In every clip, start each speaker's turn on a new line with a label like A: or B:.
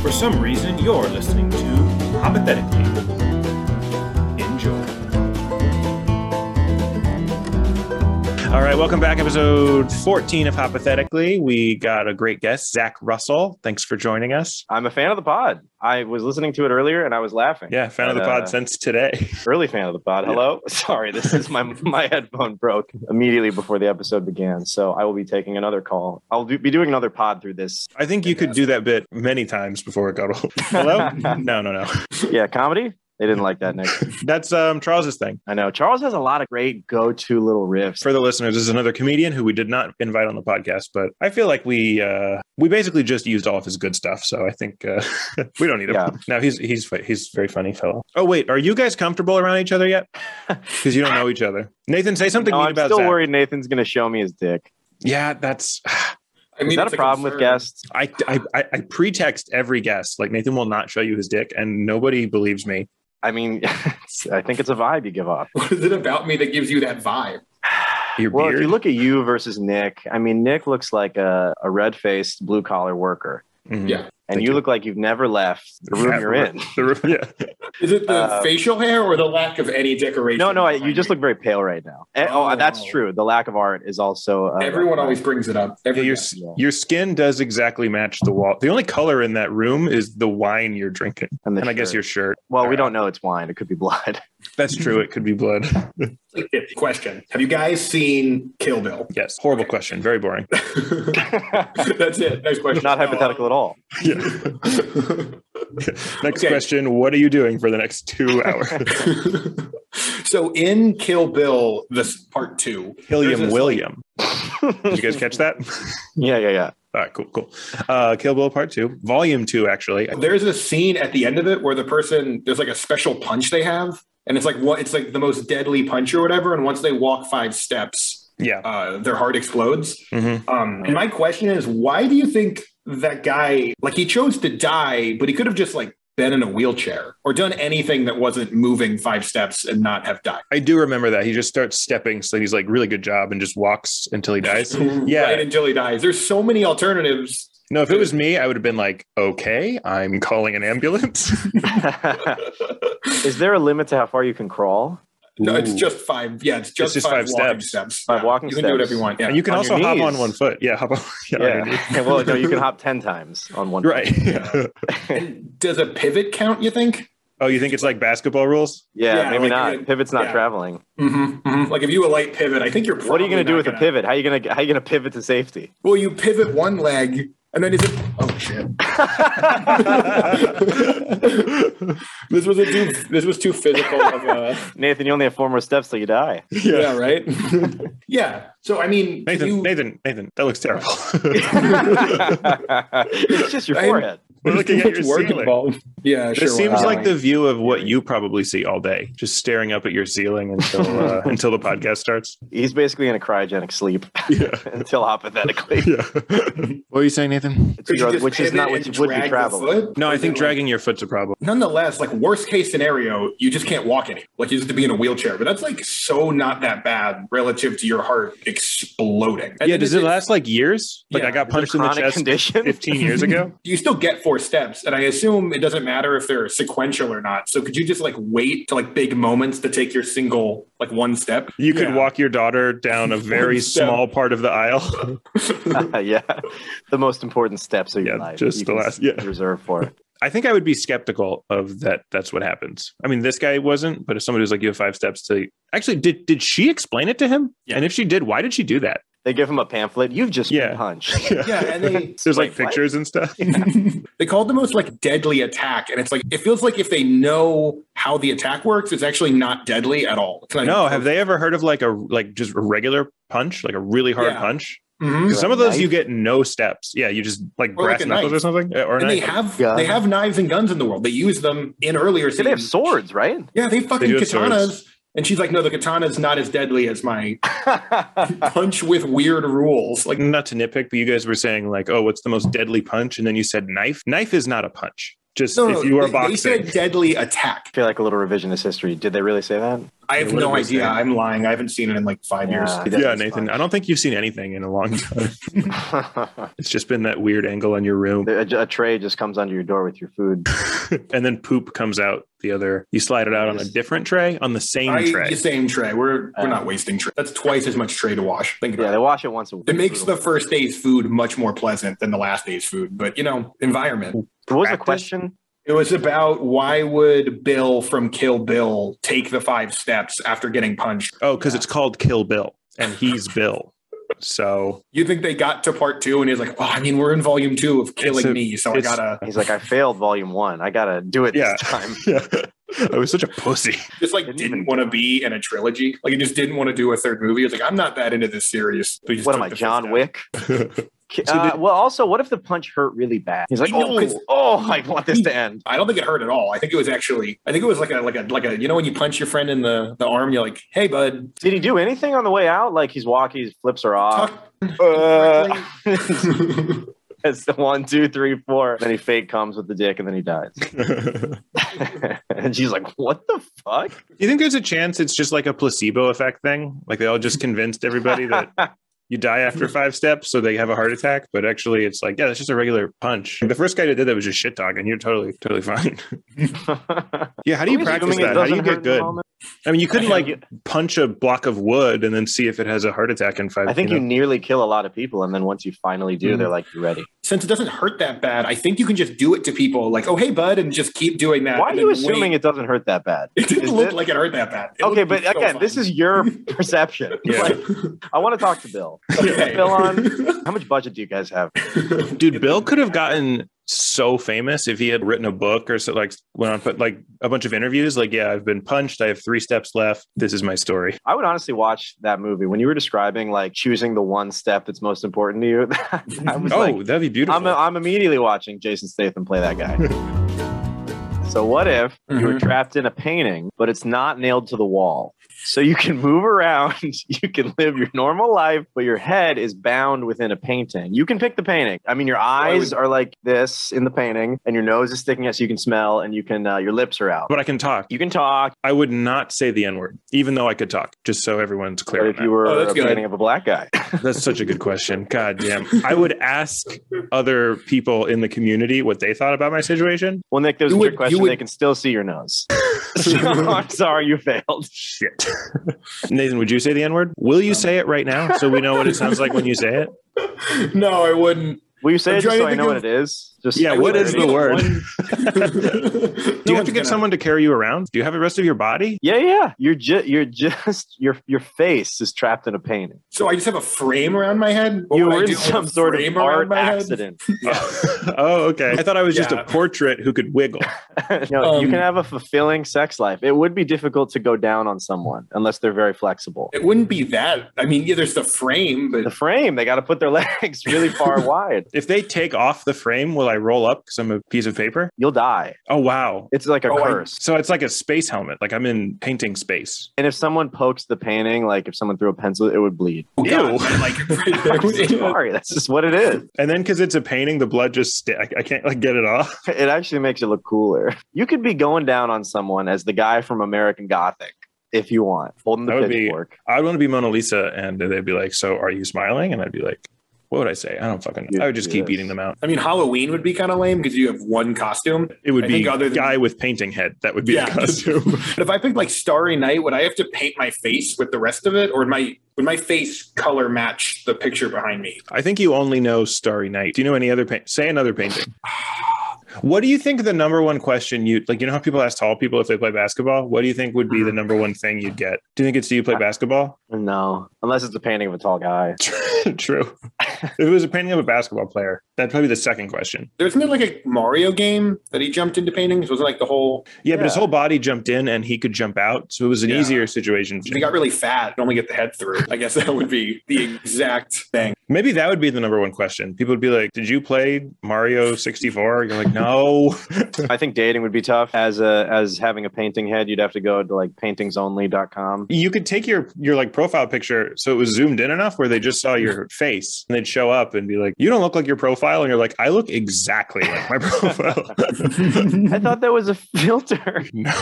A: for some reason, you're listening to Hypothetically. Enjoy. All right, welcome back. Episode 14 of Hypothetically. We got a great guest, Zach Russell. Thanks for joining us.
B: I'm a fan of the pod. I was listening to it earlier and I was laughing.
A: Yeah, fan of the
B: And,
A: pod
B: uh,
A: since today.
B: Early fan of the pod. Hello. Sorry, this is my my headphone broke immediately before the episode began, so I will be taking another call. I'll do, be doing another pod through this.
A: I think you could do that bit many times before it got old. Hello? No, no, no.
B: Yeah, comedy. They didn't like that, Nick.
A: That's um, Charles's thing.
B: I know. Charles has a lot of great go-to little riffs.
A: for the listeners, this is another comedian who we did not invite on the podcast, but I feel like we uh, we basically just used all of his good stuff, so I think uh, we don't need him.
B: Yeah.
A: No, he's he's fu- he's a very funny fellow. Oh wait, are you guys comfortable around each other yet? Because you don't know each other. Nathan, say something
B: No,
A: mean
B: I'm
A: about
B: still
A: Zach.
B: worried Nathan's going to show me his dick.
A: Yeah, that's
C: I
B: Is that
C: it's
B: a problem with
C: concern.
B: guests?
A: I, I I I pretext every guest like Nathan will not show you his dick, and nobody believes me.
B: I mean, I think it's a vibe you give off.
C: What is it about me that gives you that vibe?
A: Your
B: Well, if
A: beard.
B: you look at you versus Nick, I mean, Nick looks like a, a red-faced blue-collar worker.
A: Mhm.
C: Yeah.
B: And
A: Thank
B: you
A: you.
B: look like you've never left the
A: Yeah,
B: room you're
A: we're-
B: in.
A: The room- yeah.
C: Is it the
B: Uh,
C: facial hair or the lack of any decoration?
B: No, no, I, you
C: behind
B: just
C: me?
B: look very pale right now. Eh, Oh,
C: Oh.
B: that's true. The lack of art is also. Uh,
C: Everyone always brings it up.
A: Yeah,
C: Every
A: your
C: guest.
A: s- your skin does exactly match the wall. The only color in that room is the wine you're drinking,
B: the
A: and I guess
B: shirt.
A: your shirt.
B: Well, we don't know it's wine. It could be blood.
A: That's true. It could be blood.
C: It's like, question: Have you guys seen Kill Bill?
A: Yes. Horrible question. Very boring.
C: That's it. Next question.
B: Not hypothetical at all.
A: Yeah. Next
C: Okay.
A: question. What are you doing for the next two hours?
C: so in Kill Bill, this part two, There's
A: Killiam
C: this,
A: William. Did you guys catch that?
B: Yeah, yeah, yeah.
A: All right, cool, cool. Uh, Kill Bill Part Two, Volume Two, actually.
C: there's a scene at the end of it where the person there's like a special punch they have, and it's like what it's like the most deadly punch or whatever. And once they walk five steps,
A: Yeah.
C: uh, their heart explodes.
A: hmm
C: Um, and my question is, why do you think that guy, like, he chose to die, but he could have just like been in a wheelchair or done anything that wasn't moving five steps and not have died?
A: I do remember that. He just starts stepping, so he's like, really good job, and just walks until he dies. Yeah.
C: right until he dies. There's so many alternatives.
A: No, if it was me, I would have been like, okay, I'm calling an ambulance.
B: is there a limit to how far you can crawl?
C: no, it's
A: Ooh.
C: just five. Yeah, it's just,
A: just
C: five,
A: five
C: walking
A: steps.
C: steps.
B: Five
C: Yeah,
B: walking
C: You can do
B: steps.
C: whatever you want. Yeah.
A: And you can
B: On your
A: also hop on
B: knees.
A: one foot. Yeah, hop on. Yeah. on your knees.
B: Yeah. well, no, you can hop ten times on one.
A: Right.
C: And does a pivot count? You think?
A: oh, you think it's like basketball rules?
B: Yeah,
C: Yeah, like,
B: maybe not.
C: uh,
B: Pivot's not
C: yeah.
B: traveling.
C: Mhm, mhm. Like if you a light pivot, I think you're.
B: What are you
C: going to
B: do with a pivot? How you going to how you going to pivot to safety?
C: Well, you pivot one leg, and then is it? Oh shit! This was a too. This was too physical of a.
B: Nathan, you only have four more steps till you die.
C: Yeah, right. yeah. So I mean,
A: Nathan,
C: you-
A: Nathan, Nathan, that looks terrible.
B: it's just your
C: I'm-
B: forehead.
A: We're looking at your
C: It's work
A: ceiling.
C: involved. Yeah, sure.
A: This seems
C: why not?
A: like the view of what you probably see all day, just staring up at your ceiling until uh, until the podcast starts.
B: He's basically in a cryogenic sleep
A: Yeah,
B: until hypothetically.
A: yeah. What are you saying, Nathan?
B: It's
C: Could you
B: your-
C: just
B: which is
C: pivot
B: not what
C: and
B: you would
C: drag
B: be
C: the
B: traveling.
C: foot?
A: No,
C: Or
A: I
C: is
A: think
C: it
A: dragging your foot's a problem.
C: like- nonetheless, like worst case scenario, you just can't walk any. Like you just have to be in a wheelchair, but that's like so not that bad relative to your heart exploding. And
A: yeah,
C: then
A: does
C: if
A: it last like years? Like
C: Yeah,
A: I got
B: Is it
A: punched in the
B: chronic
A: chest
B: condition.
A: 15 years ago.
C: You still get four steps, and I assume it doesn't matter if they're sequential or not. So could you just like wait to like big moments to take your single like one step?
A: You could
C: Yeah.
A: walk your daughter down a very
C: One step.
A: small part of the aisle.
B: yeah, the most important steps of your
A: Yeah,
B: life.
A: just
B: you
A: the
B: can
A: last- yeah.
B: reserve for.
A: I think I would be skeptical of that. That's what happens. I mean, this guy wasn't, but if somebody was like, "You have five steps to," actually, did did she explain it to him?
C: Yeah.
A: And if she did, why did she do that?
B: They give him a pamphlet. You've just
A: Yeah.
B: been punched.
C: Yeah, and they
A: There's like
B: Wait, what?
A: pictures and stuff.
C: they call it the most like deadly attack and it's like it feels like if they know how the attack works it's actually not deadly at all It's like-
A: No, have they ever heard of like a like just a regular punch, like a really hard
C: Yeah.
A: punch?
C: Mhm.
A: 'Cause some of
B: Like a
A: those you
B: knife?
A: get no steps. Yeah, you just like
C: Or like
A: brass
C: a
A: knuckles
C: knife.
A: or something, Yeah, or a
C: and they
A: knife.
C: have
B: Gun.
C: they have knives and guns in the world they use them in earlier
B: Yeah, they have
C: scenes.
B: swords, right?
C: yeah they fucking
A: do have
C: katanas
A: swords.
C: and she's like no the katana's not as deadly as my punch with weird rules like
A: Not to nitpick, but you guys were saying like, "Oh, what's the most deadly punch?" And then you said knife. Knife is not a punch. Just
C: no,
A: if
C: no,
A: you are
C: they, they
A: boxing,
C: said deadly attack
B: I feel like a little revisionist history. Did they really say that?
C: I have
A: What
C: no
A: did we say?
C: idea. I'm lying. I haven't seen it in like five years.
B: Yeah.
A: Yeah, Nathan. I don't think you've seen anything in a long time. It's just been that weird angle on your room,
B: a, a tray just comes under your door with your food.
A: and then poop comes out the other. You slide it out on a different tray on the same
C: I,
A: tray.
C: the same tray. We're we're
B: Uh,
C: not wasting tray. That's twice as much tray to wash. Think
B: Yeah,
C: about
B: they wash it once a week.
C: it. It makes the first day's food much more pleasant than the last day's food. But you know, environment.
B: What was the
A: practice.
B: question?
C: It was about why would Bill from Kill Bill take the five steps after getting punched?
A: Oh, because it's called Kill Bill, and he's Bill. So
C: You think they got to part two and he's like, oh, I mean, we're in volume two of Killing
A: a-
C: Me, so I
A: it's-
C: gotta
B: He's like, I failed volume one. I gotta do it
A: Yeah.
B: this time.
A: yeah, I was such a pussy.
C: just like
B: Didn't
C: didn't
B: even-
C: want to be in a trilogy. Like he just didn't want to do a third movie. It's like, I'm not that into this series. So he just
B: What
C: took
B: am I,
C: the fifth
B: John
C: step.
B: Wick? Uh, well, also, what if the punch hurt really bad? He's like,
C: I know,
B: oh,
C: 'cause-
B: oh, I want this to end.
C: I don't think it hurt at all. I think it was actually. I think it was like a like a like a. You know when you punch your friend in the the arm, you're like, "Hey, bud,
B: Did he do anything on the way out? Like he's walking, he flips her off.
C: talk."
B: Uh, it's the one, two, three, four. Then he fake comes with the dick, and then he dies.
A: you
B: and she's like, "What the fuck?"
A: think there's a chance it's just like a placebo effect thing? Like they all just convinced everybody that you die after five steps, so they have a heart attack. But actually, it's like, yeah, that's just a regular punch. The first guy that did that was just shit talking. You're totally, totally fine. yeah, how do you practice
B: Assuming it
A: that? How do you
B: doesn't hurt
A: get
B: in the
A: good?
B: moment.
A: I mean, you couldn't
B: I think
A: like punch a block of wood and then see if it has a heart attack in five.
B: I think you
A: know?
B: nearly kill a lot of people, and then once you finally do,
A: Mm.
B: they're like, "You're ready."
C: Since it doesn't hurt that bad, I think you can just do it to people. Like, "Oh, hey, bud," and just keep doing that.
B: Why are
C: and
B: you
C: then
B: assuming
C: wait.
B: it doesn't hurt that bad?
C: It
B: is
C: didn't look
B: it-
C: like it hurt that bad. It
B: Okay,
C: looked
B: but
C: so
B: again,
C: fun.
B: this is your perception.
A: Yeah.
B: Like, I want to talk to Bill.
C: Okay.
B: Bill on. How much budget do you guys have?
A: dude bill could have gotten so famous if he had written a book or so like went on put like a bunch of interviews like yeah i've been punched i have three steps left this is my story
B: I would honestly watch that movie when you were describing like choosing the one step that's most important to you. I was
A: oh
B: like,
A: that'd be beautiful
B: I'm, I'm immediately watching Jason Statham play that guy. so what if you were
C: Mhm.
B: trapped in a painting, but it's not nailed to the wall? So you can move around, you can live your normal life, but your head is bound within a painting. You can pick the painting. I mean, your eyes are like this in the painting, and your nose is sticking out, so you can smell, and you can uh, your lips are out.
A: but i can talk
B: You can talk.
A: i would not say the n-word even though i could talk just so everyone's clear
B: But
A: on
B: if
A: that.
B: you were
C: Oh, that's
B: a
C: good.
B: painting of a black guy,
A: that's such a good question god damn i would ask other people in the community what they thought about my situation
B: well, Nick, there's
C: You
B: a
C: would-
B: trick
C: you
B: question. They
C: would-
B: can still see your nose. so, I'm sorry, you failed.
A: shit nathan would you say the n-word will you
C: No.
A: say it right now so we know what it sounds like when you say it
C: no, I wouldn't.
B: Will you say
C: I'm
B: it just
C: trying
B: so
C: to
B: I know
C: think
B: what
C: of-
B: it is? Just
A: yeah
B: so
A: what is
B: it
A: the word Do you have to get
C: someone?
A: someone to carry you around? Do you have the rest of your body?
B: Yeah, yeah. You're just you're just your your face is trapped in a painting.
C: So I just have a frame around my head. What
B: you
C: would I
B: were in
C: do with a
B: some sort of
C: frame around
B: art
C: my head?
B: accident.
A: oh, okay. I thought I was just
C: Yeah.
A: a portrait who could wiggle.
B: no, you
C: Um,
B: can have a fulfilling sex life. It would be difficult to go down on someone unless they're very flexible.
C: It wouldn't be that. I mean, yeah, there's the frame,
B: The
C: but
B: frame, they got to put their legs really far wide.
A: If they take off the frame, will I roll up because I'm a piece of paper?
B: You'll die.
A: Oh, wow.
B: It's like a
C: Oh, I-
B: curse.
A: So it's like a space helmet. Like I'm in painting space.
B: and if someone pokes the painting, like if someone threw a pencil, it would bleed.
C: Oh,
A: Ew.
C: God, I like right there with you.
B: Sorry, that's just what it is.
A: And then because it's a painting, the blood just sta- I, I can't like get it off.
B: It actually makes it look cooler. You could be going down on someone as the guy from American Gothic if you want, holding the
A: That would be-
B: pitchfork.
A: I'd want to be Mona Lisa, and they'd be like, "So are you smiling?" And I'd be like, "What would I say? I don't fucking know." I would just keep
B: Yes.
A: eating them out.
C: I mean, Halloween would be kind of lame because you have one costume.
A: It would
C: I
A: be
C: think other than-
A: guy with painting head. That would be
C: Yeah.
A: the costume.
C: But if I picked like Starry Night, would I have to paint my face with the rest of it, or would my would my face color match the picture behind me?
A: I think you only know Starry Night. Do you know any other paint? Say another painting. What do you think the number one question you like? You know how people ask tall people if they play basketball. What do you think would be the
C: Mm-hmm.
A: number one thing you'd get? Do you think it's do you play basketball?
B: No, unless it's a painting of a tall guy.
A: True. if it was a painting of a basketball player, that'd probably be the second question.
C: There isn't there like a Mario game that he jumped into paintings? Wasn't like the whole
A: Yeah, but his
B: Yeah.
A: whole body jumped in and he could jump out, so it was an
C: Yeah.
A: easier situation.
C: if he got really fat and only get the head through. I guess that would be the exact thing.
A: Maybe that would be the number one question. People would be like, "Did you play Mario 64?" You're like, "No."
B: I think dating would be tough as a as having a painting head. You'd have to go to like paintingsonly.com.
A: you could take your your like profile picture so it was zoomed in enough where they just saw your face and they could show up and be like, "You don't look like your profile," and you're like, "I look exactly like my profile."
B: I thought that was a filter.
A: no,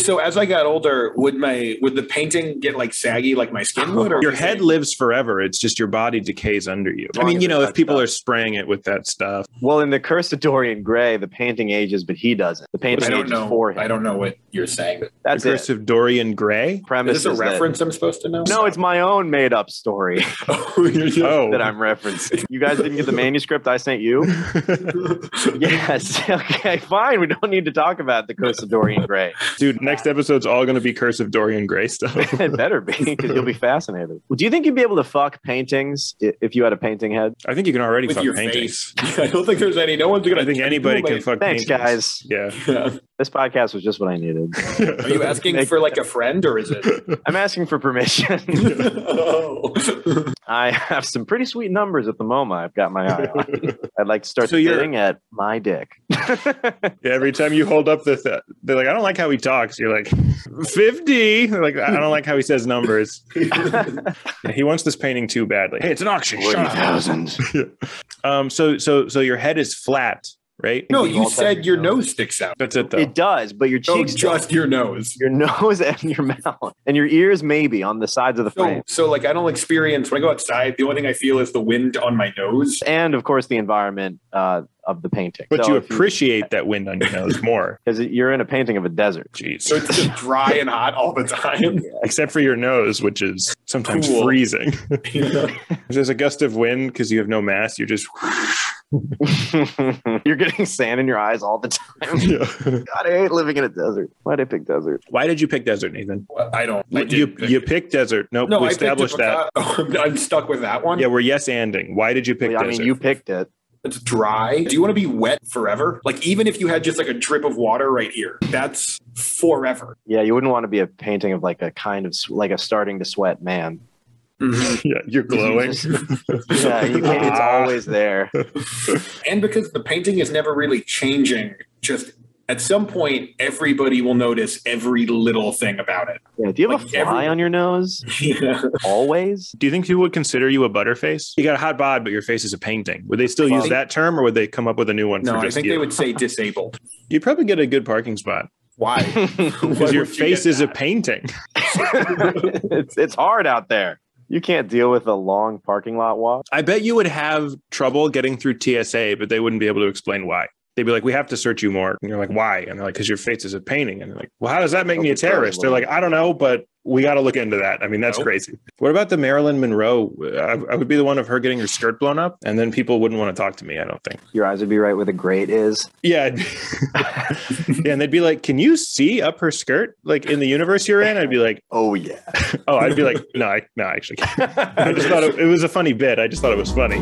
C: so as I got older, would my would the painting get like saggy like my skin would? Or
A: your head lives forever. It's just your body decays under you. I
B: Long
A: mean,
B: as
A: you know,
B: it's
A: if people
B: not
A: are spraying it with that stuff,
B: Well, in the Curse of Dorian Gray, the painting ages, but he doesn't. The painting
C: I don't
B: ages
C: know.
B: for him.
C: I don't know what you're saying.
B: That's
A: the
B: it.
A: curse of Dorian Gray.
B: premise
C: Is this a
B: that-
C: reference I'm supposed to know?
B: No, it's my own made-up story
C: oh.
A: Oh,
B: that I'm referencing. You guys didn't get the manuscript I sent you. Yes. Okay. Fine. We don't need to talk about the Curse of Dorian Gray.
A: dude, next episode's all going to be curse of Dorian Gray stuff.
B: it better be because you'll be fascinated. Well, do you think you'd be able to fuck paintings i- if you had a painting head?
A: I think you can already
C: With
A: fuck
C: your
A: paintings.
C: I don't think there's any. No one's gonna.
A: I think anybody can fuck
B: Thanks,
A: paintings.
B: guys.
A: Yeah.
C: Yeah.
B: This podcast was just what I needed.
C: Are you asking for like a friend or is it?
B: I'm asking for permission.
C: oh.
B: I have some pretty sweet numbers at the MoMA. I've got my eye on. I'd like to start
A: So you're-
B: bidding at my dick.
A: Yeah, every time you hold up the, th- they're like, I don't like how he talks. You're like, 50. They're like, I I don't like how he says numbers. Yeah, he wants this painting too badly. Hey, it's an auction. Shut up.
B: thousand.
A: Um, so, so, so your head is flat, right?
C: no, you said your nose sticks out.
A: That's it though.
B: It does, but your
C: Oh,
B: cheeks, don't.
C: just your nose.
B: your nose, and your mouth, and your ears, maybe on the sides of the frame,
C: So, so like I don't experience when I go outside. The only thing I feel is the wind on my nose.
B: and of course the environment uh, of the painting.
A: but
B: So
A: you
B: if
A: appreciate that wind on your nose more.
B: because you're in a painting of a desert.
A: Jeez.
C: So it's just dry and hot all the time.
A: Except for your nose, which is sometimes
C: Cool.
A: freezing. if there's a gust of wind because you have no mass, you're just.
B: you're getting sand in your eyes all the time. God, I hate living in a desert. Why'd I pick desert?
A: Why did you pick desert, Nathan?
C: I don't. I
A: you
C: didn't pick
A: you
C: it.
A: picked desert. Nope,
C: no,
A: we
C: I picked it
A: established that.
C: because- I'm- I'm stuck with that one.
A: Yeah, we're yes anding. Why did you pick
B: I
A: desert?
B: mean, you picked it.
C: It's dry. Do you want to be wet forever? Like even if you had just like a drip of water right here, that's forever.
B: Yeah, you wouldn't want to be a painting of like a kind of s- like a starting to sweat man.
A: yeah, you're glowing.
B: Just- yeah, you can't, it's
A: Ah.
B: always there.
C: And because the painting is never really changing, just at some point everybody will notice every little thing about it.
B: Yeah, do you have
C: Like
B: a fly
C: every-
B: on your nose
C: Yeah.
B: always?
A: Do you think people would consider you a butterface? You got a hot bod, but your face is a painting. Would they still
C: Well,
A: use that term, or would they come up with a new one?
C: No,
A: for
C: I
A: just
C: think
A: you?
C: they would say disabled.
A: You'd probably get a good parking spot
C: Why?
A: because your face is a painting.
B: it's it's hard out there. You can't deal with a long parking lot walk.
A: I bet you would have trouble getting through TSA, but they wouldn't be able to explain why. They'd be like, "We have to search you more," and you're like, "Why?" And they're like, "Because your face is a painting." And they're like, "Well, how does that make me a terrorist?" They're like, "I don't know, but we got to look into that." I mean, that's
C: Nope.
A: crazy. What about the Marilyn Monroe? I, I would be the one of her getting her skirt blown up, and then people wouldn't want to talk to me. I don't think.
B: Your eyes would be right where the grate is.
A: Yeah. I'd be- yeah. And they'd be like, Can you see up her skirt? Like in the universe you're in? I'd be like,
B: Oh yeah.
A: Oh, I'd be like, No, I, no, I actually can't. I just thought it, it was a funny bit. I just thought it was funny.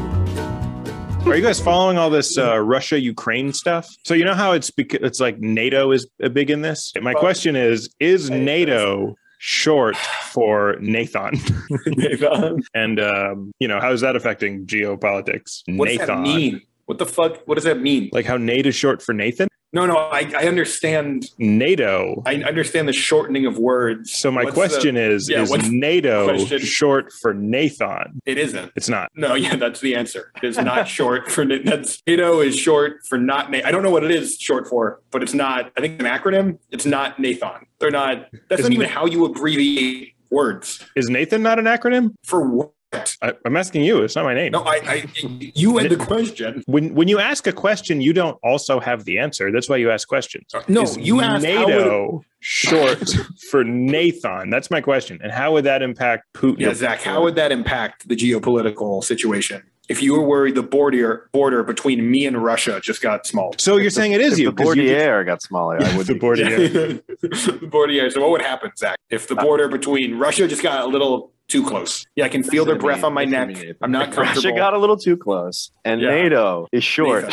A: Are you guys following all this uh, Russia Ukraine stuff? So you know how it's bec- it's like NATO is uh, big in this. My question is: Is NATO short for Nathan? And um, you know how is that affecting geopolitics?
C: What does that mean? What the fuck? What does that mean?
A: Like how Nate is short for Nathan?
C: No, no, I, I understand.
A: NATO.
C: I understand the shortening of words.
A: So my
C: What's
A: question is:
C: yeah,
A: Is
C: what's the
A: NATO
C: question?
A: short for Nathan?
C: It isn't.
A: It's not.
C: No, yeah, that's the answer. It's not short for that's NATO is short for not. Na- I don't know what it is short for, but it's not. I think an acronym. It's not Nathan. They're not. That's
A: Isn't
C: not even
A: it-
C: how you abbreviate words.
A: Is Nathan not an acronym?
C: For what?
A: I, I'm asking you. It's not my name.
C: No, I. I you had the question.
A: When when you ask a question, you don't also have the answer. That's why you ask questions.
C: No,
A: Is
C: you asked how would-
A: NATO short for Nathan. That's my question. And how would that impact Putin?
C: Yeah,
A: Yeah,
C: Zach. How would that impact the geopolitical situation if you were worried the border border between me and Russia just got small?
A: So you're saying it is
B: If
A: you
B: the
A: because you
B: Bordier got smaller, I would
A: the
B: be.
A: Bordier.
C: the border. yeah. So what would happen, Zach, if the
B: Uh,
C: border between Russia just got a little too close? Yeah, I can feel their
B: Listen to
C: breath
B: me.
C: on my
B: Listen to
C: neck.
B: me.
C: I'm not
B: Russia
C: comfortable.
B: got a little too close, and
C: Yeah.
B: NATO is short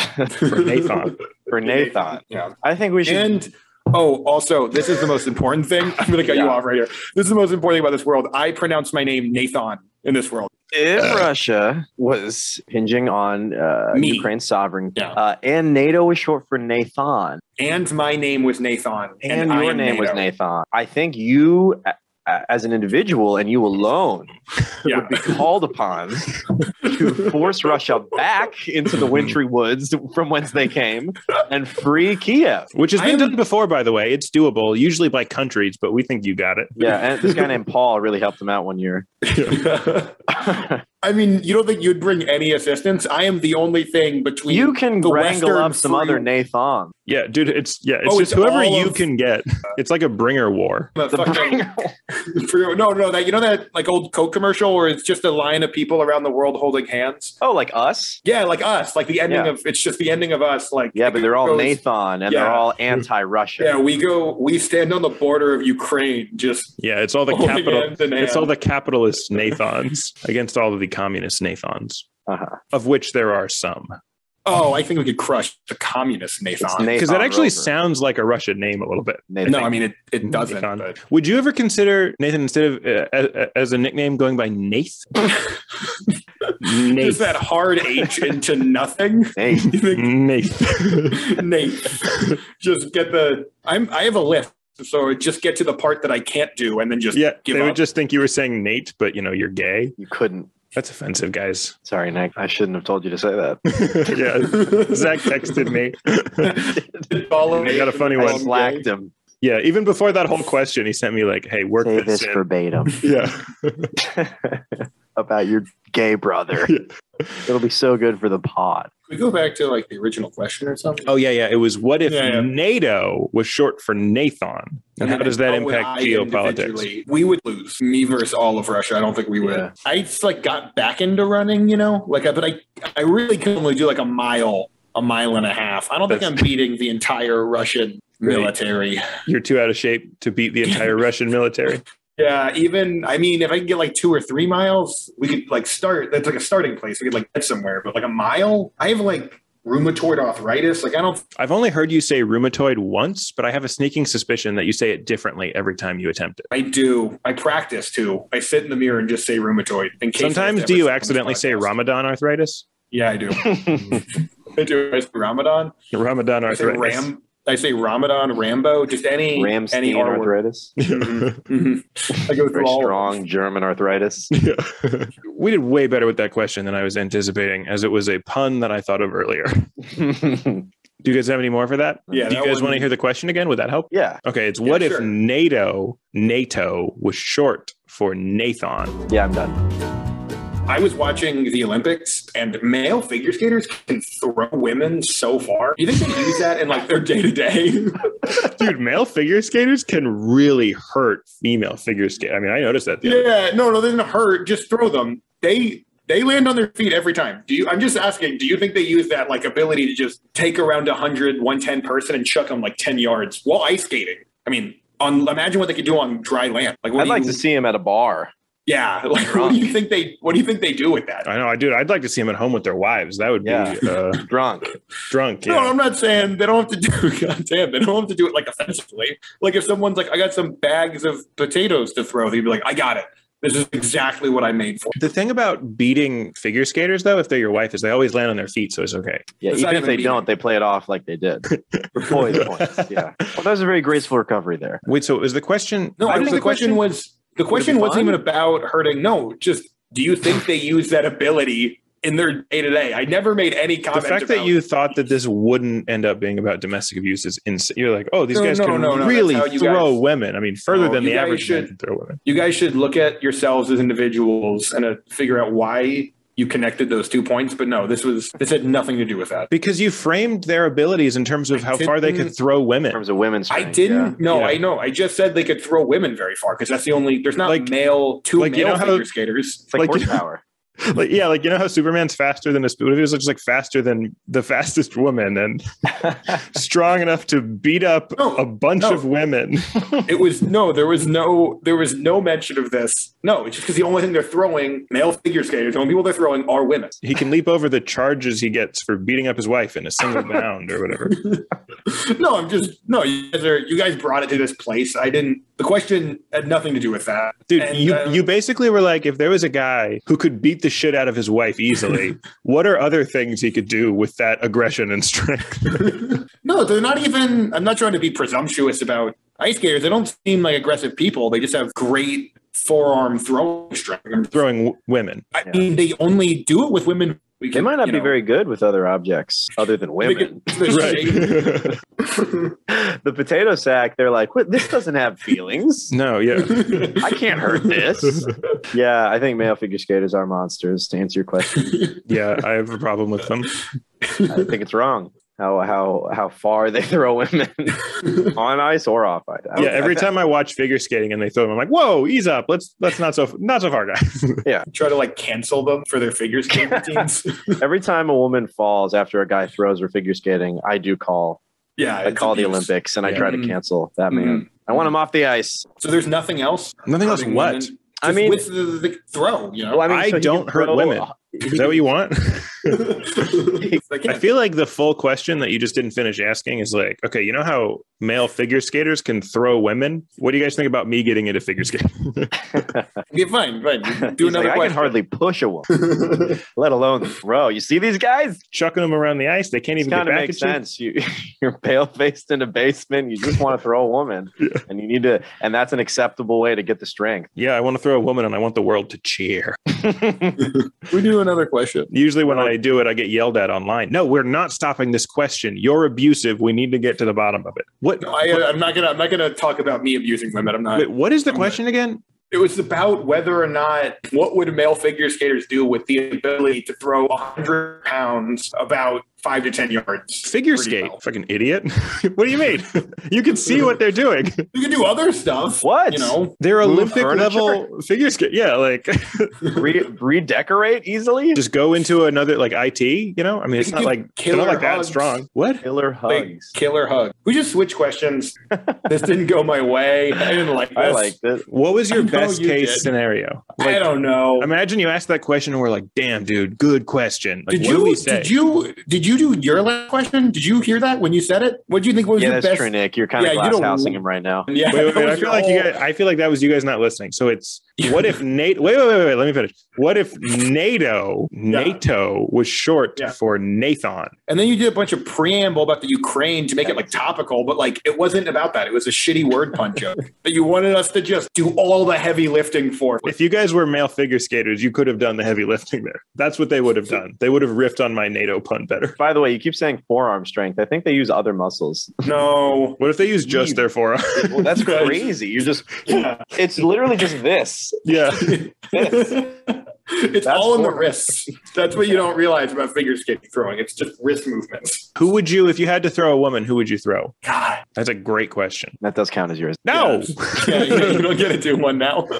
A: for Nathan.
B: for Nathan.
C: Yeah.
B: I think we should.
C: And oh, also, this is the most important thing. I'm going to cut you
B: Yeah.
C: off right here. This is the most important thing about this world. I pronounce my name Nathan in this world.
B: if Russia was hinging on uh,
C: uh, Me.
B: Ukraine's sovereignty,
C: Yeah.
B: uh, and NATO was short for Nathan,
C: And my name was Nathan.
B: and
C: I
B: your
C: am
B: name was
C: NATO.
B: Nathan, I think you a- as an individual and you alone
C: Yeah.
B: would be called upon to force Russia back into the wintry woods from whence they came and free Kiev.
A: Which has
C: I
A: been
C: am-
A: done before, by the way. It's doable, usually by countries, but we think you got it.
B: Yeah, and this guy named Paul really helped him out one year.
C: I mean, you don't think you'd bring any assistance? I am the only thing between
B: you can
C: the
B: wrangle
C: Western
B: up some
C: free-
B: other Nathan.
A: Yeah, dude. It's yeah. It's
C: Oh, it's
A: just whoever
C: all
A: you
C: of-
A: can get. It's like a bringer war.
C: the
B: The
C: fucking
B: bringer-
C: for- no, no, that you know that like old Coke commercial where it's just a line of people around the world holding hands.
B: oh, like us?
C: Yeah, like us, like the ending
B: Yeah.
C: of it's just the ending of us. Like
B: Yeah, but they're all
C: goes-
B: Nathan and they're
C: Yeah.
B: all anti-Russia.
C: Yeah, we go, we stand on the border of Ukraine, just
A: Yeah, it's all the
C: holding
A: capital.
C: hands in hand.
A: It's all the capitalist Nathans against all of the communist Nathans,
B: Uh-huh.
A: of which there are some.
C: oh, I think we could crush the communist Nathan.
B: It's Nathan
A: Because that actually
B: Rover.
A: sounds like a Russian name a little bit.
B: Nathan.
C: no, I mean it. It doesn't.
A: Nathan.
C: but-
A: Would you ever consider Nathan instead of uh, as, as a nickname going by Nath?
C: Is
A: Nath.
C: that hard H into nothing?
B: Nate.
C: You think
A: Nath.
C: Nate, just get the. I'm. I have a list, so just get to the part that I can't do, and then just
A: yeah,
C: give
A: they
C: up.
A: would just think you were saying Nate, but you know you're gay.
B: You couldn't.
A: That's offensive, guys.
B: Sorry, Nick. I shouldn't have told you to say that.
A: yeah, Zach texted me. I got a funny
B: I
A: one.
B: slacked him.
A: Yeah, even before that whole question, he sent me like, "Hey, work
B: Say
A: this,
B: this
A: in."
B: verbatim
A: yeah,
B: about your gay brother.
A: Yeah.
B: It'll be so good for the pod.
C: we go back to like the original question or something?
A: Oh yeah, yeah. It was what if
C: Yeah, yeah.
A: NATO was short for Nathan, and how
C: then
A: does that
C: how would
A: impact
C: I
A: geopolitics?
C: individually- We would lose me versus all of Russia. I don't think we would.
B: Yeah.
C: I just like got back into running, you know, like I, but I I really could only do like a mile, a mile and a half. I don't think
A: That's-
C: I'm beating the entire Russian
A: Really?
C: military.
A: You're too out of shape to beat the entire Russian military.
C: Yeah, even I mean, if I can get like two or three miles, we could like start. That's like a starting place. We could like get somewhere, but like a mile, I have like rheumatoid arthritis. Like I don't.
A: I've only heard you say rheumatoid once, but I have a sneaking suspicion that you say it differently every time you attempt it.
C: I do. I practice too. I sit in the mirror and just say rheumatoid. In case
A: Sometimes,
C: I
A: do
C: ever
A: you
C: say
A: accidentally
C: this
A: say
C: podcast.
A: Ramadan arthritis?
C: Yeah, I do. I do. I say Ramadan.
A: Ramadan
C: I say
A: arthritis.
C: Ram. I say Ramadan, Rambo, just any any
B: Ramstein
C: R word.
B: arthritis.
C: Mhm. I go
B: Very
C: through all.
B: strong German arthritis.
A: Yeah. we did way better with that question than I was anticipating, as it was a pun that I thought of earlier. Do you guys have any more for that?
C: Yeah,
A: do you
C: that
A: guys
C: one-
A: want to hear the question again? Would that help?
B: yeah,
A: Okay, it's
C: Yeah,
A: what if
C: sure.
A: NATO NATO was short for Nathan?
B: yeah, I'm done.
C: I was watching the Olympics, and male figure skaters can throw women so far. Do you think they use that in like their day to day?
A: Dude, male figure skaters can really hurt female figure skaters. I mean, I noticed that. The other
C: Yeah, no, no, they didn't hurt. Just throw them. They they land on their feet every time. Do you? I'm just asking. Do you think they use that like ability to just take around 100, 110 person and chuck them like ten yards while ice skating? I mean, on imagine what they could do on dry land. Like, what
B: I'd
C: do
B: like
C: you,
B: to see him at a bar.
C: Yeah, like what do you think they? What do you think they do with that?
A: I know, I dude. I'd like to see them at home with their wives. That would
B: Yeah.
A: be uh,
B: Drunk.
A: drunk.
C: No,
A: Yeah.
C: I'm not saying they don't have to do. God damn, they don't have to do it like offensively. Like if someone's like, I got some bags of potatoes to throw, they'd be like, I got it. This is exactly what I made for.
A: The thing about beating figure skaters, though, if they're your wife, is they always land on their feet, so it's okay.
B: Yeah,
C: It's
B: even
C: not
B: if
C: even
B: they
C: beating.
B: don't, they play it off like they did. Boys points. Yeah. Well, that was a very graceful recovery there.
A: Wait, so is the question?
C: No,
A: what
C: I think
A: was
C: the question was the question
B: be
C: wasn't even
B: fun?
C: about hurting. No, just do you think they use that ability in their day to day? I never made any
A: the
C: comment.
A: fact that
C: about-
A: you thought that this wouldn't end up being about domestic abuse is insane. You're like, oh, these
C: No,
A: guys
C: no,
A: can
C: no, no, that's
A: really
C: how you
A: throw
C: guys-
A: women. I mean, further
C: No,
A: than
C: you
A: the
C: guys
A: average man
C: should-
A: can throw women.
C: you guys should look at yourselves as individuals and uh, figure out why you connected those two points. But no, this was this had nothing to do with that.
A: Because you framed their abilities in terms of how far they could
C: didn't-
A: throw
B: In
A: women.
B: terms of women's
C: I
B: strength,
C: didn't.
B: yeah.
C: No,
A: Yeah.
C: I know. I just said they could throw women very far because that's the only. There's not
A: Like-
C: male two
A: like,
C: male
A: you know how-
C: figure skaters.
B: It's like,
A: Like, you know-
B: horsepower.
A: Like, yeah, like you know how Superman's faster than a sp- what if he was just like faster than the fastest woman and strong enough to beat up
C: No,
A: a bunch
C: no.
A: of women.
C: It was no, there was no, there was no mention of this. No, it's just because the only thing they're throwing male figure skaters, the only people they're throwing are women.
A: he can leap over the charges he gets for beating up his wife in a single bound or whatever.
C: No, I'm just no. You guys are you guys brought it to this place. I didn't. The question had nothing to do with that,
A: Dude,
C: And,
A: you
C: uh,
A: you basically were like, if there was a guy who could beat the shit out of his wife easily, what are other things he could do with that aggression and strength?
C: No, they're not even. I'm not trying to be presumptuous about ice skaters, they don't seem like aggressive people. They just have great forearm throwing strength.
A: Throwing w- women.
C: I mean, they only do it with women. We
B: They
C: can,
B: might not
C: you
B: be
C: know,
B: very good with other objects other than
C: they
B: women.
C: can- the shape-
B: the potato sack, they're like, what? This doesn't have feelings.
A: no, yeah.
B: I can't hurt this. Yeah, I think male figure skaters are monsters. To answer your question,
A: Yeah, I have a problem with them.
B: I think it's wrong how how how far they throw women on ice or off ice. I
A: Yeah,
B: don't-
A: every
B: I-
A: time I watch figure skating and they throw them, I'm like, whoa, ease up. Let's let's not so not so far, guys.
C: Try to like cancel them for their figure skating teams.
B: every time a woman falls after a guy throws her figure skating, I do call.
C: yeah,
B: I
C: it's
B: call the
C: abuse.
B: Olympics and I
A: Yeah.
B: try to
C: Mhm.
B: cancel that man. I want him off the ice.
C: So there's nothing else.
A: Nothing else.
C: Hurting
A: What?
C: women.
B: I
C: Just
B: mean-
C: with the, the throw, you know.
B: Well, mean,
A: I
B: so he
A: don't
B: can
A: hurt
B: throw-
A: women. Is that what you want?
C: It's like,
A: I feel like the full question that you just didn't finish asking is like, okay, you know how male figure skaters can throw women? What do you guys think about me getting into figure skating?
C: yeah, fine, fine. Do
B: He's
C: another
B: like, I can hardly push a woman,
C: question.
B: let alone throw. You see these guys?
A: Chucking them around the ice, they can't
B: It
A: even get
B: kind of
A: back
B: makes
A: at you.
B: sense. You, you're pale faced in a basement. You just want to throw a woman, and you need to, and that's an acceptable way to get the strength.
A: Yeah, I want to throw a woman and I want the world to cheer.
C: we do another question.
A: Usually when
B: Well-
A: I do it, I get yelled at online. No, we're not stopping this question. You're abusive. We need to get to the bottom of it. What
C: No, I, uh, I'm not gonna. I'm not gonna talk about me abusing women. I'm not.
A: wait, what is the
C: I'm
A: question again?
C: It was about whether or not what would male figure skaters do with the ability to throw 100 pounds about five to 10 yards.
A: Figure
C: Pretty
A: skate.
C: well.
A: Fucking idiot. what do you mean? you can see what they're doing.
C: You can do other stuff.
B: What?
C: You know,
A: They're
B: Move
A: Olympic level figure skate. Yeah, like
B: Re- redecorate easily.
A: just go into another like IT, you know? I mean, it's
C: They
A: not
C: do
A: like they're
C: killer
A: not like that
C: hugs.
A: strong. What?
B: Killer
C: big
B: hugs.
C: killer hug. We just switch questions. this didn't go my way. I didn't like this.
B: I like this.
A: What was your
C: I know
A: best
C: you
A: case
C: did.
A: scenario?
C: I
A: Like,
C: don't know.
A: imagine you asked that question and we're like, "Damn, dude, good question." Like,
C: did
A: what do we
C: you
A: say?
C: did you did you do your last question? Did you hear that when you said it? What do you think was
B: Yeah,
C: your
B: that's
C: best?
B: true, Nick. You're kind of
C: Yeah, you
B: glass
C: don't-
B: housing him right now.
C: Yeah,
A: Wait, wait,
C: that
A: wait. I
C: was
A: feel
C: your
A: like you
C: whole-
A: guys, I feel like that was you guys not listening. So it's what if NATO? Wait, wait, wait, wait. Let me finish. What if NATO? NATO was short
C: Yeah.
A: for Nathan.
C: And then you did a bunch of preamble about the Ukraine to make it like topical, but like it wasn't about that. It was a shitty word pun joke that you wanted us to just do all the heavy lifting for.
A: If you guys were male figure skaters, you could have done the heavy lifting there. That's what they would have done. They would have riffed on my NATO pun better.
B: By the way, you keep saying forearm strength. I think they use other muscles.
C: No.
A: What if they use just their forearm?
B: Well, that's
C: Right.
B: crazy. You're just,
C: Yeah.
B: it's literally just this.
A: yeah.
C: it's
B: That's
C: all in the
B: boring.
C: wrists. That's what you don't realize about figure skating throwing. It's just wrist movements.
A: Who would you, if you had to throw a woman, who would you throw?
C: God.
A: That's a great question.
B: That does count as yours.
A: No.
C: Yeah, you you don't get to do one now.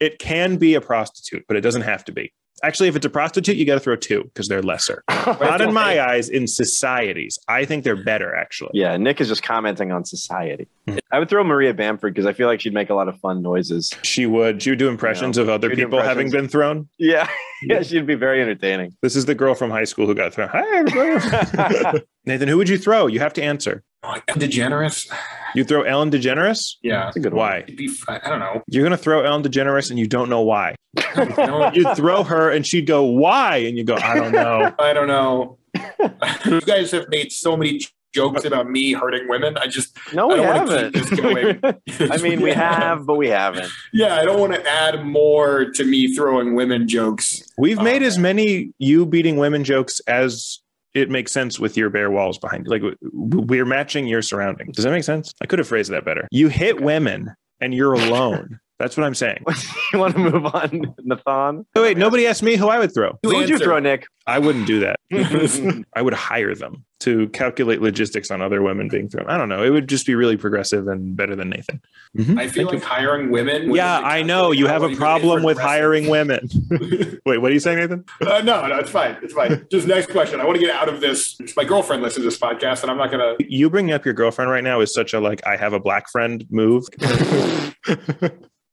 A: it can be a prostitute, but it doesn't have to be. Actually, if it's a prostitute, you got to throw two because they're lesser. Not in my eyes, in societies. I think they're better, actually.
B: Yeah, Nick is just commenting on society.
A: Mhm.
B: I would throw Maria Bamford because I feel like she'd make a lot of fun noises.
A: She would. She would do impressions of other
B: She'd do
A: people having
B: impressions.
A: been thrown.
B: Yeah, yeah, she'd be very entertaining.
A: This is the girl from high school who got thrown. Hi, everybody. Nathan, who would you throw? You have to answer.
C: DeGeneres?
A: You throw Ellen DeGeneres?
C: Yeah.
B: That's a good
A: Why?
C: It'd be, I don't know.
A: You're going to throw Ellen DeGeneres and you don't know why.
B: one.
C: No.
A: You'd throw her and she'd go, why? And you go, I don't know.
C: I don't know. you guys have made so many jokes about me hurting women. I just
B: no,
C: I
B: we
C: don't wanna
B: haven't.
C: keep this going.
B: I mean, we
C: Yeah.
B: have, but we haven't.
C: Yeah, I don't want to add more to me throwing women jokes.
A: We've
C: Oh,
A: made as
C: man.
A: many you beating women jokes as it makes sense with your bare walls behind you. Like w- w- we're matching your surroundings. Does that make sense? I could have phrased that better. You hit women and you're alone. That's what I'm saying.
B: you want to move on, Nathan?
A: Oh, wait, nobody asked me who I would throw.
B: Who would you throw, Nick?
A: I wouldn't do that.
B: That's
A: I would hire them to calculate logistics on other women being thrown. I don't know. It would just be really progressive and better than Nathan. Mhm.
C: I feel
A: Thank
C: like hiring women.
A: you. yeah, I know. You have a problem with hiring women. wait, what are you saying, Nathan?
C: Uh, no, no, it's fine. It's fine. Just next question. I want to get out of this. My girlfriend listens to this podcast, and I'm not gonna.
A: You bringing up your girlfriend right now is such a like I have a black friend move.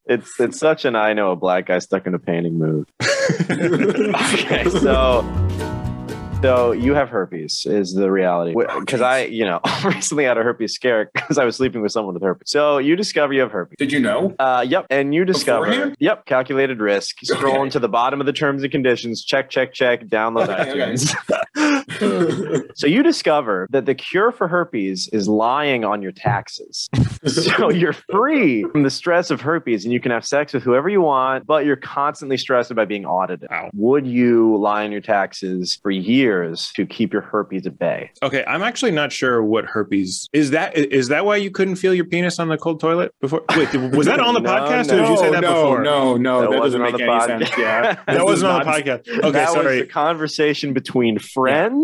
B: it's it's such an I know a black guy stuck in a painting move. okay, so so you have herpes is the reality because I you know recently had a herpes scare because I was sleeping with someone with herpes. So you discover you have herpes.
C: Did you know?
B: Uh, yep. And you discover.
C: Beforehand?
B: Yep. Calculated risk. Scrolling
C: Okay.
B: to the bottom of the terms and conditions. Check, check, check. Download
C: Okay,
B: iTunes. So you discover that the cure for herpes is lying on your taxes. so you're free from the stress of herpes and you can have sex with whoever you want, but you're constantly stressed about being audited.
A: Ow.
B: Would you lie on your taxes for years to keep your herpes at bay?
A: Okay, I'm actually not sure what herpes is. That is that why you couldn't feel your penis on the cold toilet before? Wait, was that on the
B: No,
A: podcast or
B: no,
A: did you say that
C: no,
A: before?
C: no, no,
B: That
C: Oh, that, doesn't
B: wasn't on
C: make
B: the
C: any
B: pod.
C: sense. Yeah,
A: that
B: This
A: wasn't
B: is
A: on the
B: not-
A: podcast. Okay,
B: that
A: sorry.
B: was the conversation between friends.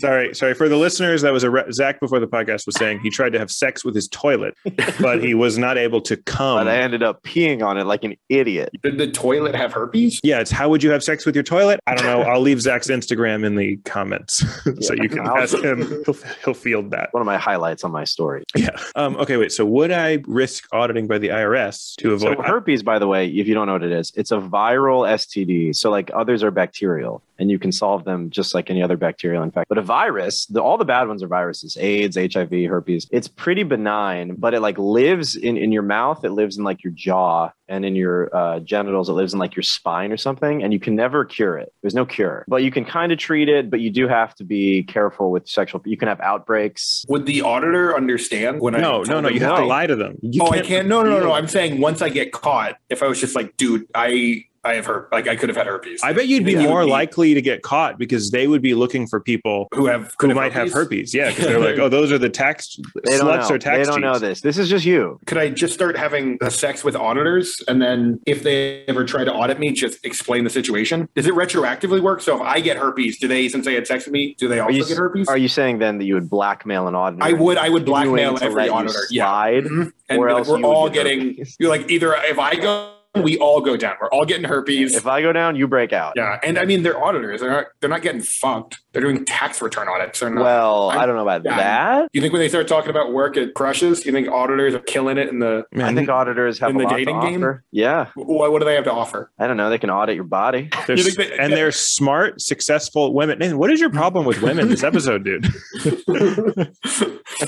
A: Sorry, sorry for the listeners. That was a re- Zach before the podcast was saying he tried to have sex with his toilet, but he was not able to
B: but I
A: come.
B: ended up peeing on it like an idiot.
C: Did the toilet have herpes?
A: Yeah, it's how would you have sex with your toilet? I don't know. I'll leave Zach's Instagram in the comments so
B: Yeah.
A: you can
B: I'll-
A: ask him. He'll, he'll field that.
B: One of my highlights on my story.
A: Yeah. Um, okay, wait. So would I risk auditing by the IRS to
B: So
A: avoid?
B: herpes, by the way, if you don't know what it is, it's a viral STD. So like others are bacterial, and you can solve them just like any other bacterial infection. But a virus, the, all the bad ones are viruses: AIDS, HIV, herpes. It's pretty benign, but it like lives in in your mouth. It lives in like your jaw and in your uh, genitals. It lives in like your spine or something, and you can never cure it. There's no cure, but you can kind of treat it. But you do have to be careful with sexual. You can have outbreaks.
C: Would the auditor understand when I?
A: no,
C: told
A: no, no.
C: them
A: You have to
C: no?
A: lie to them. You
C: oh, I can't. No, no, no, no. I'm saying once I get caught, if I was just like, dude, I, I have her, like, I could have had herpes.
A: I bet you'd be
C: Yeah.
A: more
C: Yeah.
A: likely to get caught because they would be looking for people
C: who have could
A: who might have herpes. Yeah, because they're like, oh, those are the tax
B: They don't
A: sluts
B: know.
A: or
B: They
A: tax
B: don't know
A: cheats.
B: this. This is just you.
C: Could I just start having uh, sex with auditors, and then if they ever try to audit me, just explain the situation? Does it retroactively work? So if I get herpes, do they, since they had sex with me, do they also
B: you
C: get
B: s-
C: herpes?
B: Are you saying then that you would blackmail an auditor?
C: I would, I would blackmail
B: Continuing to let
C: every
B: you
C: auditor. Yeah,
B: Slide,
C: Mhm. and
B: or
C: be like,
B: else
C: we're
B: you would
C: all
B: get
C: getting.
B: herpes.
C: You're like either if I go, we all go down. We're all getting herpes.
B: If I go down, you break out.
C: yeah, and I mean they're auditors. They're not. They're not getting fucked. They're doing tax return audits. They're not.
B: Well, I,
C: I-
B: don't know about
C: yeah.
B: that.
C: you think when they start talking about work, it crushes? You think auditors are killing it in the?
B: I
A: Man,
B: think auditors have
C: in
B: a
C: the
B: lot to
C: dating game?
B: offer. Yeah,
C: What, what do they have to offer?
B: I don't know. They can audit your body.
A: they're
C: You
A: s-
C: think that-
A: and they're smart, successful women. Nathan, what is your problem with women this episode, dude?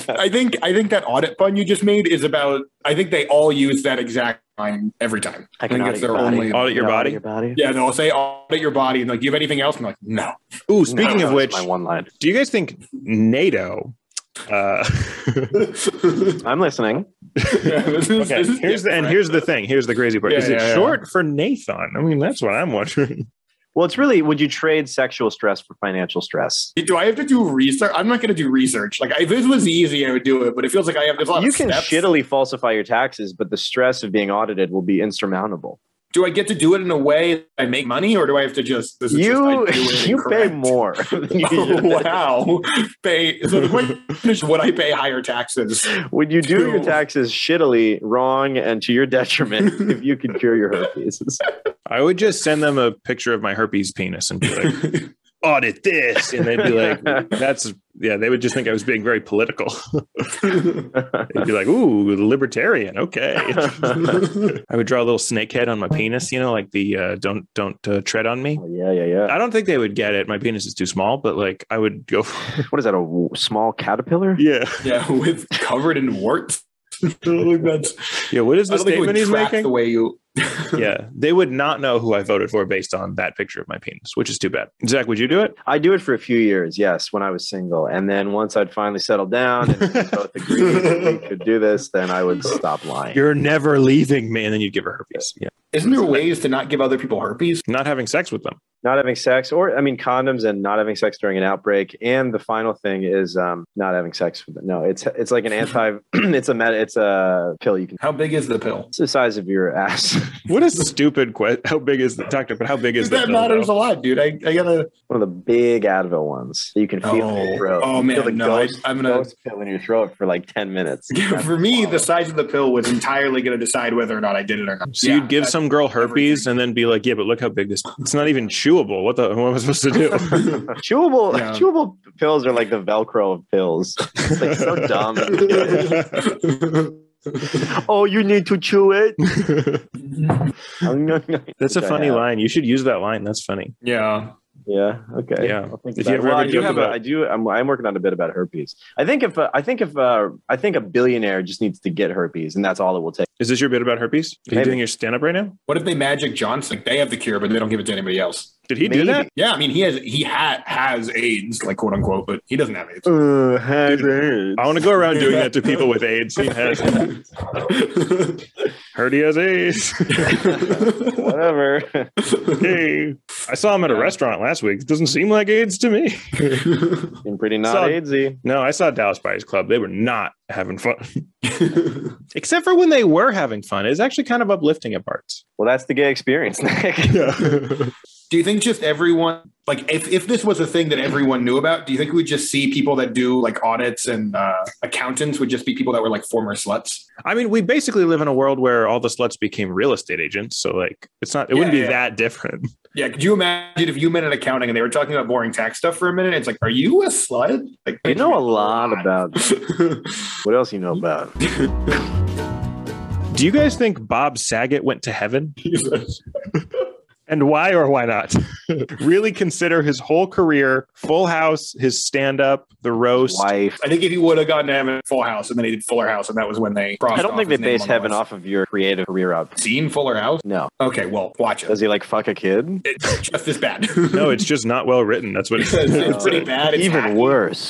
C: I think I think that audit pun you just made is about. I think they all use that exact line every time.
B: I can
C: think
B: audit your
A: Audit
B: body.
A: your
B: You know,
A: body?
B: Your body.
C: Yeah, they'll say audit your body and like, do you have anything else? And like, no.
A: Ooh, speaking
B: No,
A: of
B: that's
A: which,
B: my one line.
A: do you guys think NATO? Uh,
B: I'm listening.
A: okay, here's the, and here's the thing. Here's the crazy part.
C: Yeah,
A: is it
C: yeah, yeah.
A: short for Nathan? I mean, that's what I'm wondering.
B: Well, it's really would you trade sexual stress for financial stress?
C: Do I have to do research? I'm not going to do research. Like, if this was easy, I would do it. But it feels like I have there's a lot
B: You
C: of
B: can
C: steps.
B: shittily falsify your taxes, but the stress of being audited will be insurmountable.
C: do I get to do it in a way I make money, or do I have to just this is
B: You
C: just, I do it
B: you pay
C: incorrect?
B: more. than you
C: Oh,
B: should.
C: wow, pay. So the question is, would I pay higher taxes?
B: Would you do your
C: Two.
B: taxes shittily, wrong, and to your detriment if you could cure your herpes?
A: I would just send them a picture of my herpes penis and be like, audit this, and they'd be like, that's yeah. They would just think I was being very political. They'd be like, ooh, libertarian. Okay.
B: yeah,
A: I would draw a little snake head on my penis, you know, like the uh, don't don't uh, tread on me.
B: yeah, yeah.
A: I don't think they would get it. My penis is too small, but like I would go. For
B: What is that? A w- small caterpillar?
A: yeah,
C: yeah, with covered in warts. I don't think Oh, that's
A: yeah. What is
C: I
A: the
C: don't think it would
A: statement he's
C: track
A: making?
C: the way you.
A: yeah, they would not know who I voted for based on that picture of my penis, which is too bad. Zach, would you do it?
B: I do it for a few years, yes, when I was single, and then once I'd finally settled down and we both agreed that we could do this, then I would stop lying.
A: You're never leaving me, and then you'd give her herpes. Yeah,
C: Isn't there ways to not give other people herpes?
A: not having sex with them.
B: not having sex, or I mean, condoms and not having sex during an outbreak, and the final thing is um, not having sex with. No, it's it's like an anti. it's a med, It's a pill you can.
C: How big is the pill?
B: It's the size of your ass.
A: What a stupid question. How big is the doctor? But how big is
C: that
A: that?
C: matters a lot, dude. I, I gotta.
B: One of the big Advil ones that you can feel in
C: Oh.
B: your throat.
C: Oh,
B: You
C: man,
B: feel the
C: no,
B: ghost,
C: I- I'm gonna-
B: ghost pill in your throat for like ten minutes.
C: For me, the size of the pill was entirely gonna decide whether or not I did it or not.
A: So
C: Yeah,
A: you'd give
C: that-
A: some girl herpes and then be like, "Yeah, but look how big this. It's not even chewable. What the? What am I supposed to do?"
B: chewable
C: Yeah.
B: chewable pills are like the Velcro of pills. It's like so dumb. oh, you need to chew it.
A: That's a
B: Which I
A: funny
B: have.
A: line. You should use that line. That's funny.
C: yeah.
B: Yeah. Okay.
A: Yeah.
B: I'll think
A: If
B: about
A: you
B: it.
A: ever
B: Well, I
A: ever
B: do
A: joke
B: have. A,
A: about-
B: I do. I'm, I'm working on a bit about herpes. I think if uh, I think if uh, I think a billionaire just needs to get herpes, and that's all it will take.
A: Is this your bit about herpes? Are you
B: Maybe.
A: doing your stand up right now?
C: What if they Magic Johnson? They have the cure, but they don't give it to anybody else.
A: Did he do
B: Maybe.
A: that?
C: Yeah, I mean he has he ha- has AIDS, like quote unquote, but he doesn't have AIDS.
B: Uh, hazards.
A: I want to go around doing that to people with AIDS. He has heard he has AIDS.
B: Whatever.
A: Hey. I saw him at a restaurant last week. Doesn't seem like AIDS to me.
B: Been pretty not
A: So-
B: AIDSy.
A: No, I saw Dallas Buyers Club. They were not having fun, except for when they were having fun. It's actually kind of uplifting at parts.
B: Well, that's the gay experience, Nick.
A: Yeah.
C: do you think just everyone like if, if this was a thing that everyone knew about, do you think we'd just see people that do like audits and uh, accountants would just be people that were like former sluts?
A: I mean, we basically live in a world where all the sluts became real estate agents. So, like, it's not, it wouldn't
C: Yeah,
A: be
C: yeah.
A: that different.
C: Yeah, could you imagine if you met in accounting and they were talking about boring tax stuff for a minute? It's like, are you a slut? Like
B: You know a lot about what else you know about.
A: Do you guys think Bob Saget went to heaven?
C: Jesus.
A: And why or why not? really consider his whole career, Full House, his stand up, the roast.
B: Wife.
C: I think if he would have gotten to heaven, Full House, and then he did Fuller House, and that was when they. crossed
B: I don't
C: off
B: think they
C: his name
B: base
C: on the
B: heaven
C: list.
B: off of your creative career out.
C: Seen Fuller House?
B: No.
C: Okay, well, watch it.
B: Does he like fuck a kid?
C: It's just as bad.
A: No, it's just not well written. That's what
C: it's, it's pretty
B: No.
C: bad. It's
B: Even
C: hacky.
B: worse.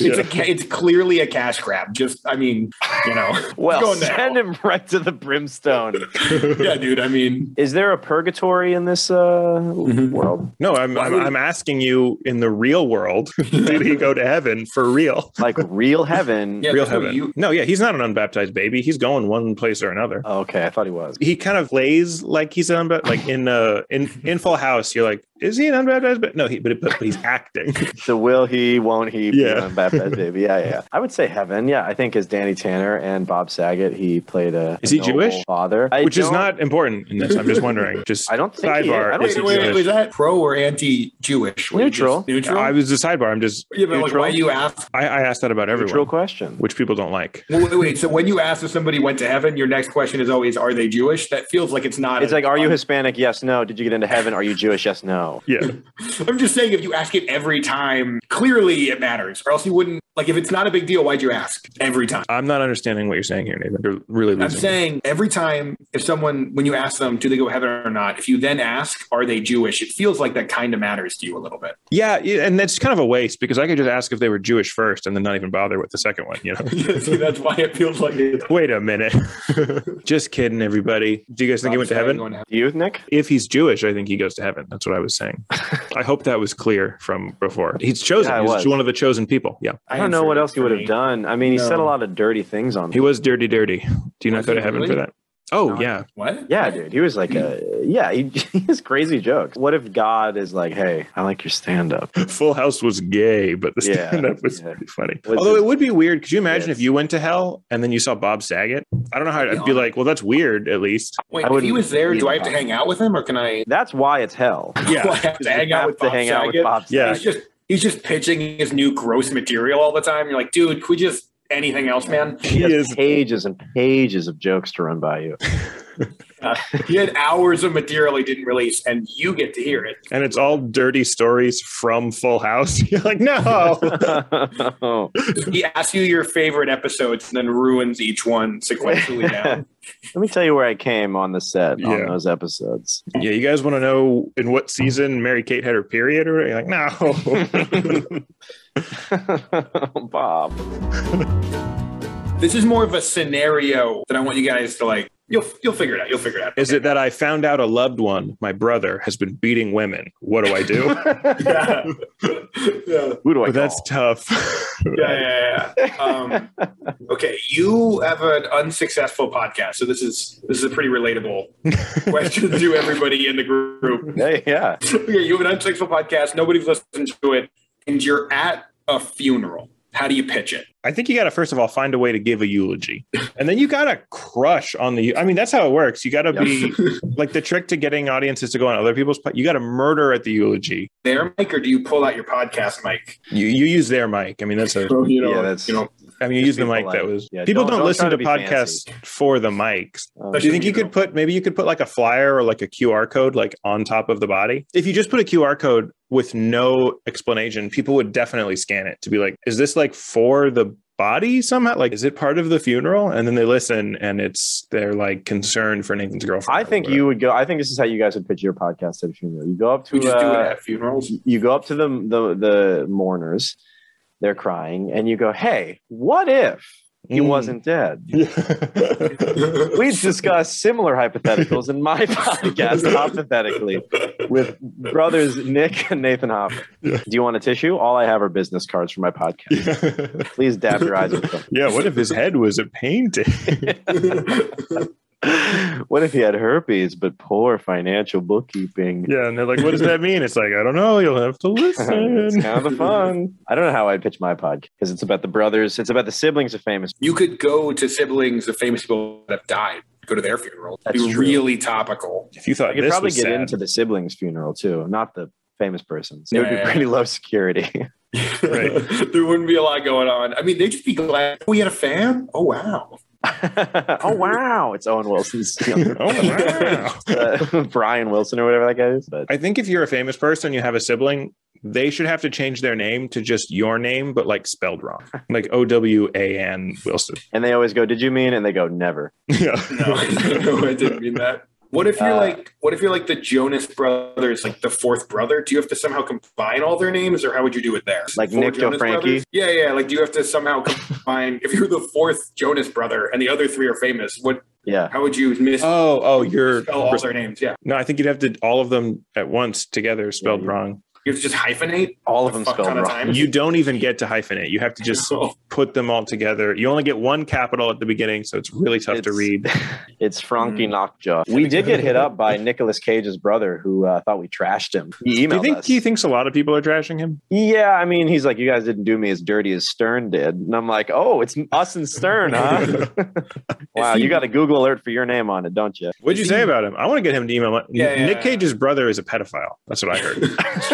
C: It's a ca- it's clearly a cash grab. Just I mean, you know.
B: Well,
C: Go now.
B: send him right to the brimstone.
C: yeah, dude. I mean,
B: Is there a purgatory in this uh, world?
A: No, I'm,
C: Why
A: I'm,
C: would-
A: I'm asking you in the real world, did he go to heaven for real?
B: Like real heaven?
C: Yeah.
A: real
C: that's what
A: heaven.
C: you-
A: No, yeah, he's not an unbaptized baby. He's going one place or another.
B: Oh, okay, I thought he was.
A: He kind of plays like he's an unbaptized, like in uh in in Full House. You're like, is he an unbaptized? But no, he but, but he's acting.
B: So will he? Won't he? Be
A: Yeah.
B: on baptized baby. Yeah, yeah, yeah. I would say heaven. Yeah, I think as Danny Tanner and Bob Saget, he played a
A: Is he
B: noble
A: Jewish?
B: father, I
A: which is
B: don't-
A: not important in this. I'm just wondering. Just
B: I don't think he is.
A: Sidebar,
B: I don't
A: is
C: wait,
A: he
C: wait,
A: Jewish?
C: was that pro or anti-Jewish? Were you just
B: Neutral.
C: neutral.
A: I was the sidebar. I'm just
C: yeah, but like,
B: neutral.
C: why you ask?
A: I, I asked that about everyone,
B: Neutral question.
A: which people don't like.
C: Well, Wait, wait. So when you ask if somebody went to heaven, your next question is always, "Are they Jewish?" That feels like it's not.
B: It's
C: a-
B: like, are you Hispanic? Yes, no. Did you get into heaven? Are you Jewish? Yes, no.
A: Yeah,
C: I'm just saying, if you ask it every time, clearly it matters, or else you wouldn't. Like, if it's not a big deal, why'd you ask every time?
A: I'm not understanding what you're saying here, Nathan. You're really
C: I'm
A: losing. me.
C: saying every time, if someone, when you ask them, do they go to heaven or not, if you then ask, are they Jewish, it feels like that kind of matters to you a little bit.
A: Yeah, yeah, and that's kind of a waste because I could just ask if they were Jewish first and then not even bother with the second one, you know.
C: See, that's why it feels like it.
A: Wait a minute. just kidding, everybody. Do you guys think he went to heaven?
C: Going to
B: Do you, Nick?
A: If he's Jewish, I think he goes to heaven. That's what I was saying. I hope that was clear from before. He's chosen.
B: Yeah, it
A: he's
B: was.
A: one of the chosen people. Yeah.
B: I don't know what else he would have done. I mean, he
C: No.
B: said a lot of dirty things on.
A: He was dirty, dirty. Do you not
C: Was
A: go
C: he
A: to heaven for
C: really?
A: that? Oh,
C: No.
A: yeah.
C: What?
B: Yeah, dude. He was like a yeah. He, he has crazy jokes. What if God is like, hey, I like your stand up.
A: Full House was gay, but the
B: Yeah,
A: stand up was
B: yeah.
A: pretty funny.
B: Was
A: Although
B: it-
A: it would be weird. Could you imagine
B: Yes.
A: if you went to hell and then you saw Bob Saget? I don't know how I'd, I'd be
C: Yeah.
A: like, well, that's weird, at least.
C: Wait,
B: I
C: if he
B: wouldn't
C: was there, do I have to
B: either.
C: hang out with him, or can I?
B: That's why it's hell.
A: Yeah.
C: Do I have to hang out with
B: to
C: Bob
B: hang out with
C: Saget?
B: Bob
A: Yeah.
C: He's just he's just pitching his new gross material all the time. You're like, dude, could we just anything else, man?
A: He
B: He has
A: is.
B: pages and pages of jokes to run by you.
C: He had hours of material he didn't release, and you get to hear it.
A: And it's all dirty stories from Full House. You're like, no. Oh.
B: Let
C: He asks you your favorite episodes and then ruins each one sequentially down.
B: me tell you where I came on the set on
A: Yeah.
B: those episodes.
A: Yeah, you guys want to know in what season Mary Kate had her period? Or you're like, no.
B: Bob.
C: This is more of a scenario that I want you guys to like. You'll you'll figure it out. You'll figure it out.
A: Is it that I found out a loved one, my brother, has been beating women? What do I do?
C: Yeah. yeah.
B: Who do
A: but
B: I call?
A: that's tough.
C: Yeah, yeah, yeah. Um, okay, you have an unsuccessful podcast, so this is this is a pretty relatable question to everybody in the group.
B: Hey, yeah.
C: Okay, you have an unsuccessful podcast. Nobody's listened to it, and you're at a funeral. How do you pitch it?
A: I think you got to first of all find a way to give a eulogy, and then you got to crush on the. I mean, that's how it works. You got to be like the trick to getting audiences to go on other people's. po- You got to murder at the eulogy.
C: There, Mike, or do you pull out your podcast mic?
A: You you use their mic. I mean, that's a.
C: So, you know,
B: Yeah, that's-
C: you know,
A: I mean, you use the
B: people
A: mic
B: like-
A: that was.
B: yeah,
A: people
B: don't-
A: don't,
B: don't
A: listen
B: try to
A: to,
B: be
A: podcasts for the mics.
B: Uh,
A: Do you think you could put maybe you could put like a flyer or like a QR code like on top of the body? If you just put a QR code with no explanation, people would definitely scan it to be like, is this like for the body somehow? Like, is it part of the funeral? And then they listen, and it's they're like concerned for Nathan's girlfriend.
B: I
A: or
B: think
A: whatever.
B: you would go. I think this is how you guys would pitch your podcast at a funeral. You go up to
C: We just do it
B: uh,
C: at funerals.
B: you go up to the, the the mourners, they're crying, and you go, "Hey, what if he
A: Mm.
B: wasn't dead?" Please discuss similar hypotheticals in my podcast, hypothetically, with brothers Nick and Nathan Hopper.
A: Yeah.
B: Do you want a tissue? All I have are business cards for my podcast.
A: yeah.
B: Please dab your eyes with them.
A: yeah. What if his head was a painting?
B: what if he had herpes but poor financial bookkeeping?
A: yeah, and they're like, "What does that mean?" It's like, I don't know. You'll have to
B: it's
A: listen.
B: kind of fun. I don't know how I'd pitch my podcast because it's about the brothers. It's about the siblings of famous.
C: you could go to siblings of famous people that have died. Go to their funeral.
B: That's
C: be
B: true.
C: really topical.
A: if you thought
B: I could
A: this
B: probably
A: was
B: get
A: sad,
B: into the siblings' funeral too, not the famous person's. It would
C: Yeah.
B: be pretty low security.
A: Right.
C: there wouldn't be a lot going on. I mean, they'd just be glad we had a fan. Oh wow.
B: oh wow, it's Owen Wilson's younger
A: oh wow.
B: uh, Brian Wilson or whatever that guy is. But
A: I think if you're a famous person, you have a sibling, they should have to change their name to just your name, but like spelled wrong, like O W A N Wilson.
B: and they always go, "Did you mean?" And they go, "Never."
A: Yeah.
C: No, no, I didn't mean that. What if you're
B: Uh,
C: like what if you're like the Jonas brothers, like the fourth brother? Do you have to somehow combine all their names or how would you do it there?
B: Like
C: Four
B: Nick
C: Jonas
B: DeFranchi?
C: brothers? Yeah, yeah. Like do you have to somehow combine if you're the fourth Jonas brother and the other three are famous, what
B: Yeah,
C: how would you miss
A: Oh, oh, you're.
C: spell all their names? Yeah.
A: No, I think you'd have to all of them at once together spelled
B: Yeah, you-
A: wrong.
C: You have to just hyphenate
B: all of
C: a
B: them
C: fuck
B: spelled
C: ton of
B: wrong.
C: times?
A: You don't even get to hyphenate. You have to just
C: So,
A: put them all together. You only get one capital at the beginning, so it's really tough to
B: It's-
A: read.
B: It's Frankie
A: Mm.
B: Knockjaw. We did get hit up by Nicolas Cage's brother, who uh, thought we trashed him. He emailed
A: Do you think
B: us.
A: he thinks a lot of people are trashing him?
B: yeah, I mean, he's like, "You guys didn't do me as dirty as Stern did," and I'm like, "Oh, it's us and Stern, huh?" wow,
C: he-
B: you got a Google alert for your name on it, don't you?
A: What'd you say about him? I want to get him to email. my-
C: Yeah, yeah,
A: Nick
C: yeah.
A: Cage's brother is a pedophile. That's what I heard.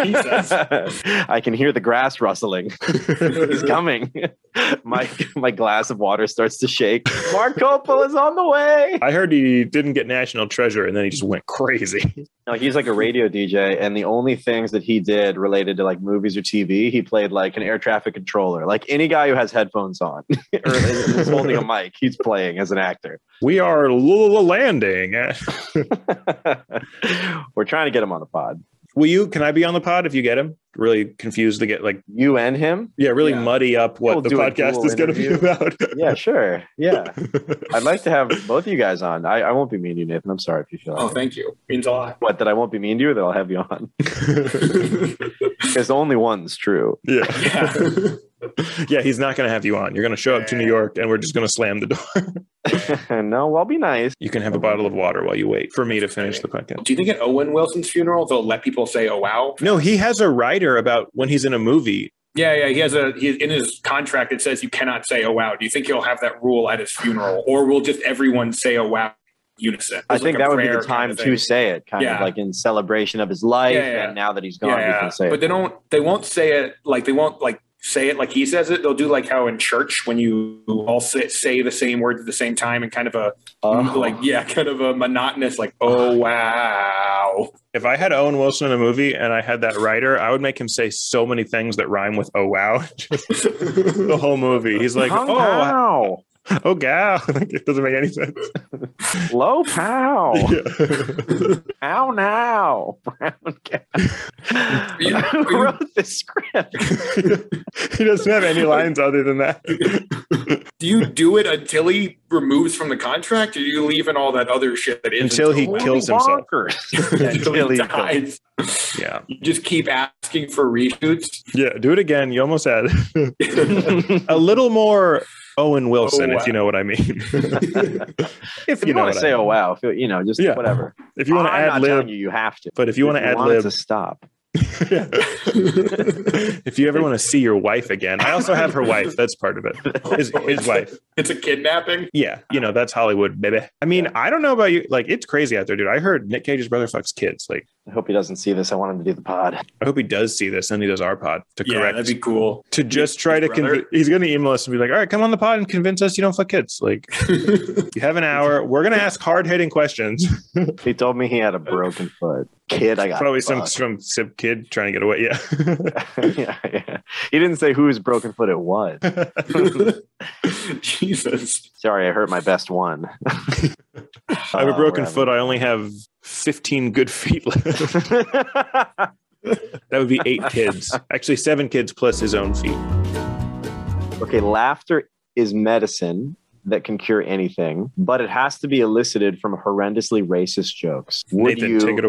C: Jesus.
B: I can hear the grass rustling. He's coming. my my glass of water starts to shake. Mark Coppola is on the way.
A: I heard he didn't get national treasure and then he just went crazy.
B: No, he's like a radio DJ, and the only things that he did related to like movies or TV, he played like an air traffic controller. Like any guy who has headphones on or is is holding a mic, he's playing as an actor.
A: We are l- landing. Eh.
B: We're trying to get him on the pod.
A: Will you? Can I be on the pod if you get him? Really confused to get like,
B: You and him?
A: yeah, really
C: Yeah.
A: muddy up what
B: We'll
A: the
B: do a
A: podcast
B: dual
A: is going to be
B: interview.
A: about.
B: Yeah, sure. Yeah, I'd like to have both of you guys on. I, I won't be mean to you, Nathan. I'm sorry if you feel like
C: oh,
B: it.
C: thank you. Means a lot.
B: what that I won't be mean to you, or that I'll have you on. Because only one's true.
A: yeah,
C: yeah.
A: yeah. He's not going to have you on. You're going to show up to New York and we're just going to slam the door.
B: no, I'll be nice.
A: You can have a bottle of water while you wait for me to finish the podcast.
C: Do you think at Owen Wilson's funeral they'll let people say "Oh wow"?
A: No, he has a writer about when he's in a movie.
C: Yeah, yeah. He has a he, in his contract it says you cannot say "Oh wow." Do you think he'll have that rule at his funeral, or will just everyone say "Oh wow" unison?
B: I
C: It's like
B: think
C: a
B: that would be
C: prayer
B: the
C: kind
B: time
C: of
B: to
C: thing.
B: say it, kind of
C: Yeah.
B: like in celebration of his life.
C: Yeah, yeah.
B: And now that he's gone,
C: Yeah,
B: we
C: yeah.
B: can say
C: but
B: it.
C: they don't. They won't say it like they won't like say it like he says it. They'll do like how in church when you all say, say the same words at the same time and kind of a
B: Oh.
C: like yeah, kind of a monotonous like "Oh wow."
A: If I had Owen Wilson in a movie and I had that writer, I would make him say so many things that rhyme with "oh wow" the whole movie. He's like,
B: Hung
A: "Oh,
B: pow,
A: oh gal like, it doesn't make any sense
B: low pow,
A: Yeah.
B: pow now, brown cat.
C: You-
B: Who
C: you-
B: wrote this script?
A: he doesn't have any lines other than that
C: Do you do it until he removes from the contract, or you leave in all that other shit that is
A: Until he
C: when-
A: kills himself.
B: Bonkers.
C: until he
B: Until he
C: dies?
A: yeah
C: You just keep asking for reshoots.
A: yeah do it again you almost had it. a little more owen wilson
C: Oh, wow.
A: if you know what i mean if
B: if
A: you
B: you
A: know what
B: want to
A: I
B: say,
A: mean.
B: oh wow, if you, you know, just
A: Yeah.
B: whatever.
A: if you want to
B: I'm
A: add
B: not telling
A: lib
B: you, you have to.
A: but if you want to
B: If
A: add
B: want it
A: lib
B: to stop.
A: if you ever want to see your wife again i also have her wife that's part of it his, his wife
C: It's a kidnapping.
A: yeah you
B: Uh-huh.
A: know that's hollywood baby i mean i don't know about you like it's crazy out there dude i heard nick cage's brother fucks kids like
B: I hope he doesn't see this. I want him to do the pod.
A: I hope he does see this and he does our pod to
C: Yeah,
A: correct
C: that'd be cool.
A: to just try to
C: brother.
A: convince. He's going to email us and be like, "All right, come on the pod and convince us you don't fuck kids." Like you have an hour. We're going to ask hard hitting questions.
B: He told me he had a broken foot. Kid, I got
A: Probably some
B: fucked.
A: some sip kid trying to get away. Yeah.
B: yeah, yeah. He didn't say whose broken foot it was.
C: Jesus.
B: Sorry, I hurt my best one.
A: I have a
B: Uh,
A: broken
B: we're
A: foot. I only have 15 good feet left.
B: having-
A: that would be eight kids. Actually, seven kids plus his own feet.
B: Okay, laughter is medicine that can cure anything, but it has to be elicited from horrendously racist jokes. Would
A: Nathan,
B: you?
A: take it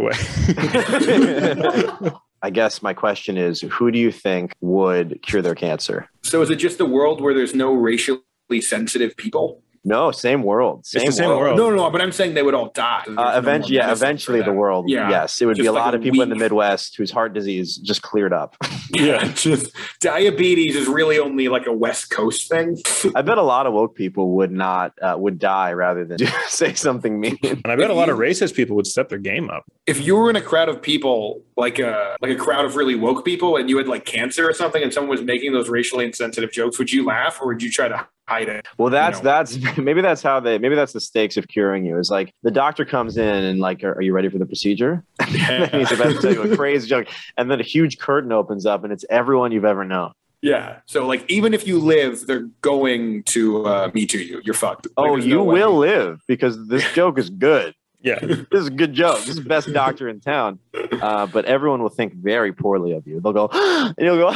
A: away.
B: I guess my question is, who do you think would cure their cancer?
C: So is it just a world where there's no racially sensitive people?
B: No, same world. Same
A: the same world.
C: No, no, no, but I'm saying they would all die.
B: Uh, eventually, yeah, eventually the world.
C: Yeah.
B: Yes, it would be
C: Just
B: a
C: like
B: lot
C: a
B: of people in the
C: weak-
B: Midwest whose heart disease just cleared up.
C: Yeah, just diabetes is really only like a West Coast thing.
B: I bet a lot of woke people would not uh, would die rather than say something mean.
A: And I bet a lot of racist people would step their game up.
C: if you were in a crowd of people, like a like a crowd of really woke people, and you had like cancer or something, and someone was making those racially insensitive jokes, would you laugh or would you try to hide it?
B: Well, that's
C: know.
B: that's maybe that's how they maybe that's the stakes of curing you. Is like the doctor comes in and like, are, are you ready for the procedure? And he's about to tell you a crazy joke, and then a huge curtain opens up, and it's everyone you've ever known.
C: yeah. So like, even if you live, they're going to uh, me to you. You're fucked. Like,
B: Oh,
C: there's
B: you
C: no way.
B: will live because this joke is good.
A: Yeah.
B: This is a good joke. This is the best doctor in town. Uh, but everyone will think very poorly of you. They'll go, and you'll go,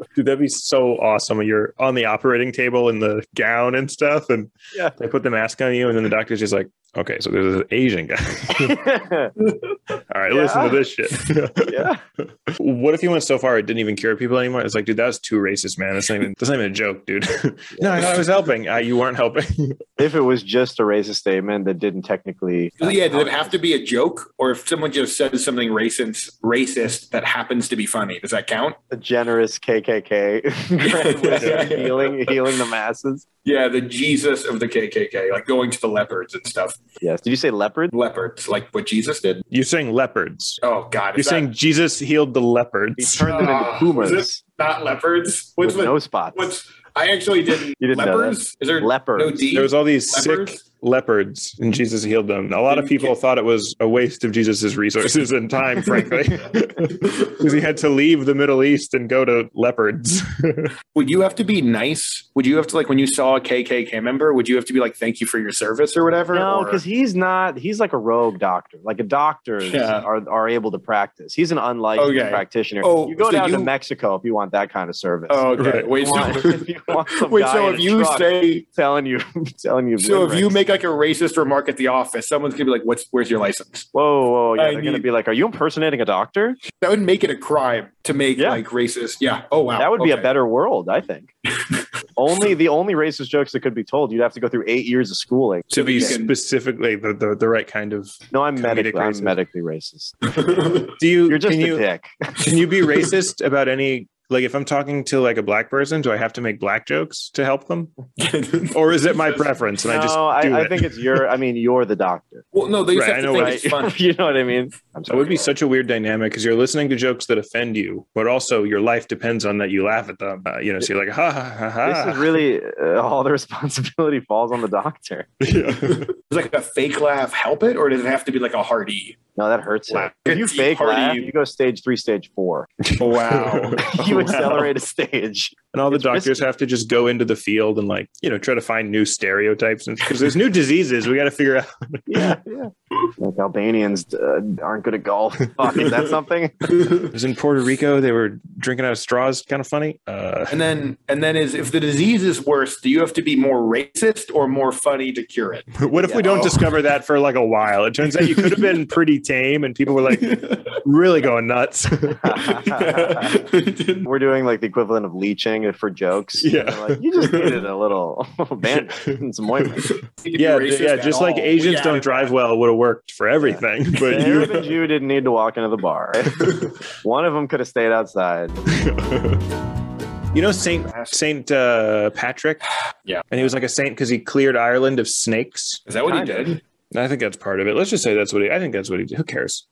A: Dude, that'd be so awesome. You're on the operating table in the gown and stuff, and
B: Yeah.
A: they put the mask on you, and then the doctor's just like, okay, so there's an Asian guy. All right, listen to
B: Yeah.
A: this shit.
B: yeah.
A: what if you went so far it didn't even cure people anymore? It's like, dude, that was too racist, man. That's not even, that's not even a joke, dude. no, I thought I was helping. Uh, you weren't helping.
B: If it was just a racist statement that didn't technically,
C: Yeah, does it have to be a joke, or if someone just says something racist, racist that happens to be funny, does that count?
B: a generous KKK grand
C: Yeah.
B: wizard healing healing the masses.
C: Yeah, the Jesus of the KKK, like going to the leopards and stuff.
B: Yes. Did you say leopard?
C: Leopards, like what Jesus did.
A: You're saying leopards.
C: Oh God,
A: You're
C: is that
A: saying Jesus healed the
B: He
A: leopards.
B: turned them into
C: Ah,
B: pumas
C: is not leopards? What's the
B: with no spots.
C: What's I actually didn't.
B: You didn't know
C: lepers? Is there
B: Leopards.
C: no D?
A: There was all these sick
C: Leopards?
A: leopards, and Jesus healed them. A lot of people thought it was a waste of Jesus's resources and time, frankly, because he had to leave the Middle East and go to leopards.
C: would you have to be nice? Would you have to like when you saw a KKK member? Would you have to be like, "Thank you for your service" or whatever?
B: No,
C: Or-
B: because he's not. He's like a rogue doctor. Like a doctors
C: Yeah.
B: are, are able to practice. He's an unlicensed
C: Okay.
B: practitioner.
C: Oh,
B: you go
C: so
B: down to
C: you-
B: Mexico if you want that kind of service.
C: oh, okay.
A: Right.
C: Wait,
B: If you want-
C: so,
B: if you want some
C: wait,
B: guy
C: so
B: in
C: if
B: a
C: you
B: truck
C: say,
B: telling you telling you
C: so if you
B: lyrics.
C: make like a racist remark at the office, someone's gonna be like, "What's where's your license?"
B: whoa whoa yeah
C: I
B: they're gonna
C: need-
B: be like are you impersonating a doctor
C: That would make it a crime to make
B: Yeah.
C: like racist. Yeah. Oh wow.
B: that would be a
C: Okay.
B: better world I think only the only racist jokes that could be told you'd have to go through eight years of schooling
A: to be
C: You can-
A: specifically the, the, the right kind of.
B: no I'm medically
A: racist.
B: I'm medically racist
A: Do you?
B: you're just
A: can
B: a
A: you,
B: dick
A: Can you be racist about any? Like, if I'm talking to like a black person, do I have to make black jokes to help them, or is it my preference and
B: no
A: I just
B: I,
A: do
B: I
A: it?
B: think it's your I mean you're the doctor
C: well, no, they just
A: Right,
C: have
A: I know
C: to think
A: what
B: right
C: it's funny.
B: you know what I mean I'm
A: that would be such a weird dynamic because you're listening to jokes that offend you, but also your life depends on that you laugh at them. Uh, you know, so you're like, ha ha ha ha.
B: This is really uh, all the responsibility falls on the doctor.
A: Yeah.
C: It's like a fake laugh help it, or does it have to be like a hearty?
B: No, that hurts.
C: Laugh.
B: It. If you
C: It's
B: fake
C: hardy.
B: laugh, you go stage three, stage four.
C: Wow.
A: Oh,
B: You
C: Wow.
B: accelerate a stage.
A: and all the
B: It's
A: doctors
B: risky.
A: have to just go into the field and like, you know, try to find new stereotypes and because there's new diseases we got to figure out.
B: Yeah, yeah. Like Albanians uh, aren't good at golf. Fuck, is that something?
A: It was in Puerto Rico. They were drinking out of straws. Kind of funny. Uh,
C: And then, and then is if the disease is worse, do you have to be more racist or more funny to cure it?
A: what if we
B: Yeah.
A: don't
C: Oh.
A: discover that for like a while? It turns out you could have been pretty tame and people were like really going nuts.
B: We're doing like the equivalent of leeching for jokes.
A: Yeah.
B: They're Like, you just needed a little band and some ointment.
A: yeah, yeah. Just like Asians don't drive well would have worked for everything, but you
B: Arab and Jew didn't need to walk into the bar. One of them could have stayed outside.
A: You know Saint Saint uh, Patrick.
C: Yeah.
A: and he was like a saint because he cleared Ireland of snakes.
C: Is that what
B: Kind
C: he
B: of.
C: did?
A: I think that's part of it. Let's just say that's what he. I think that's what he. Who cares?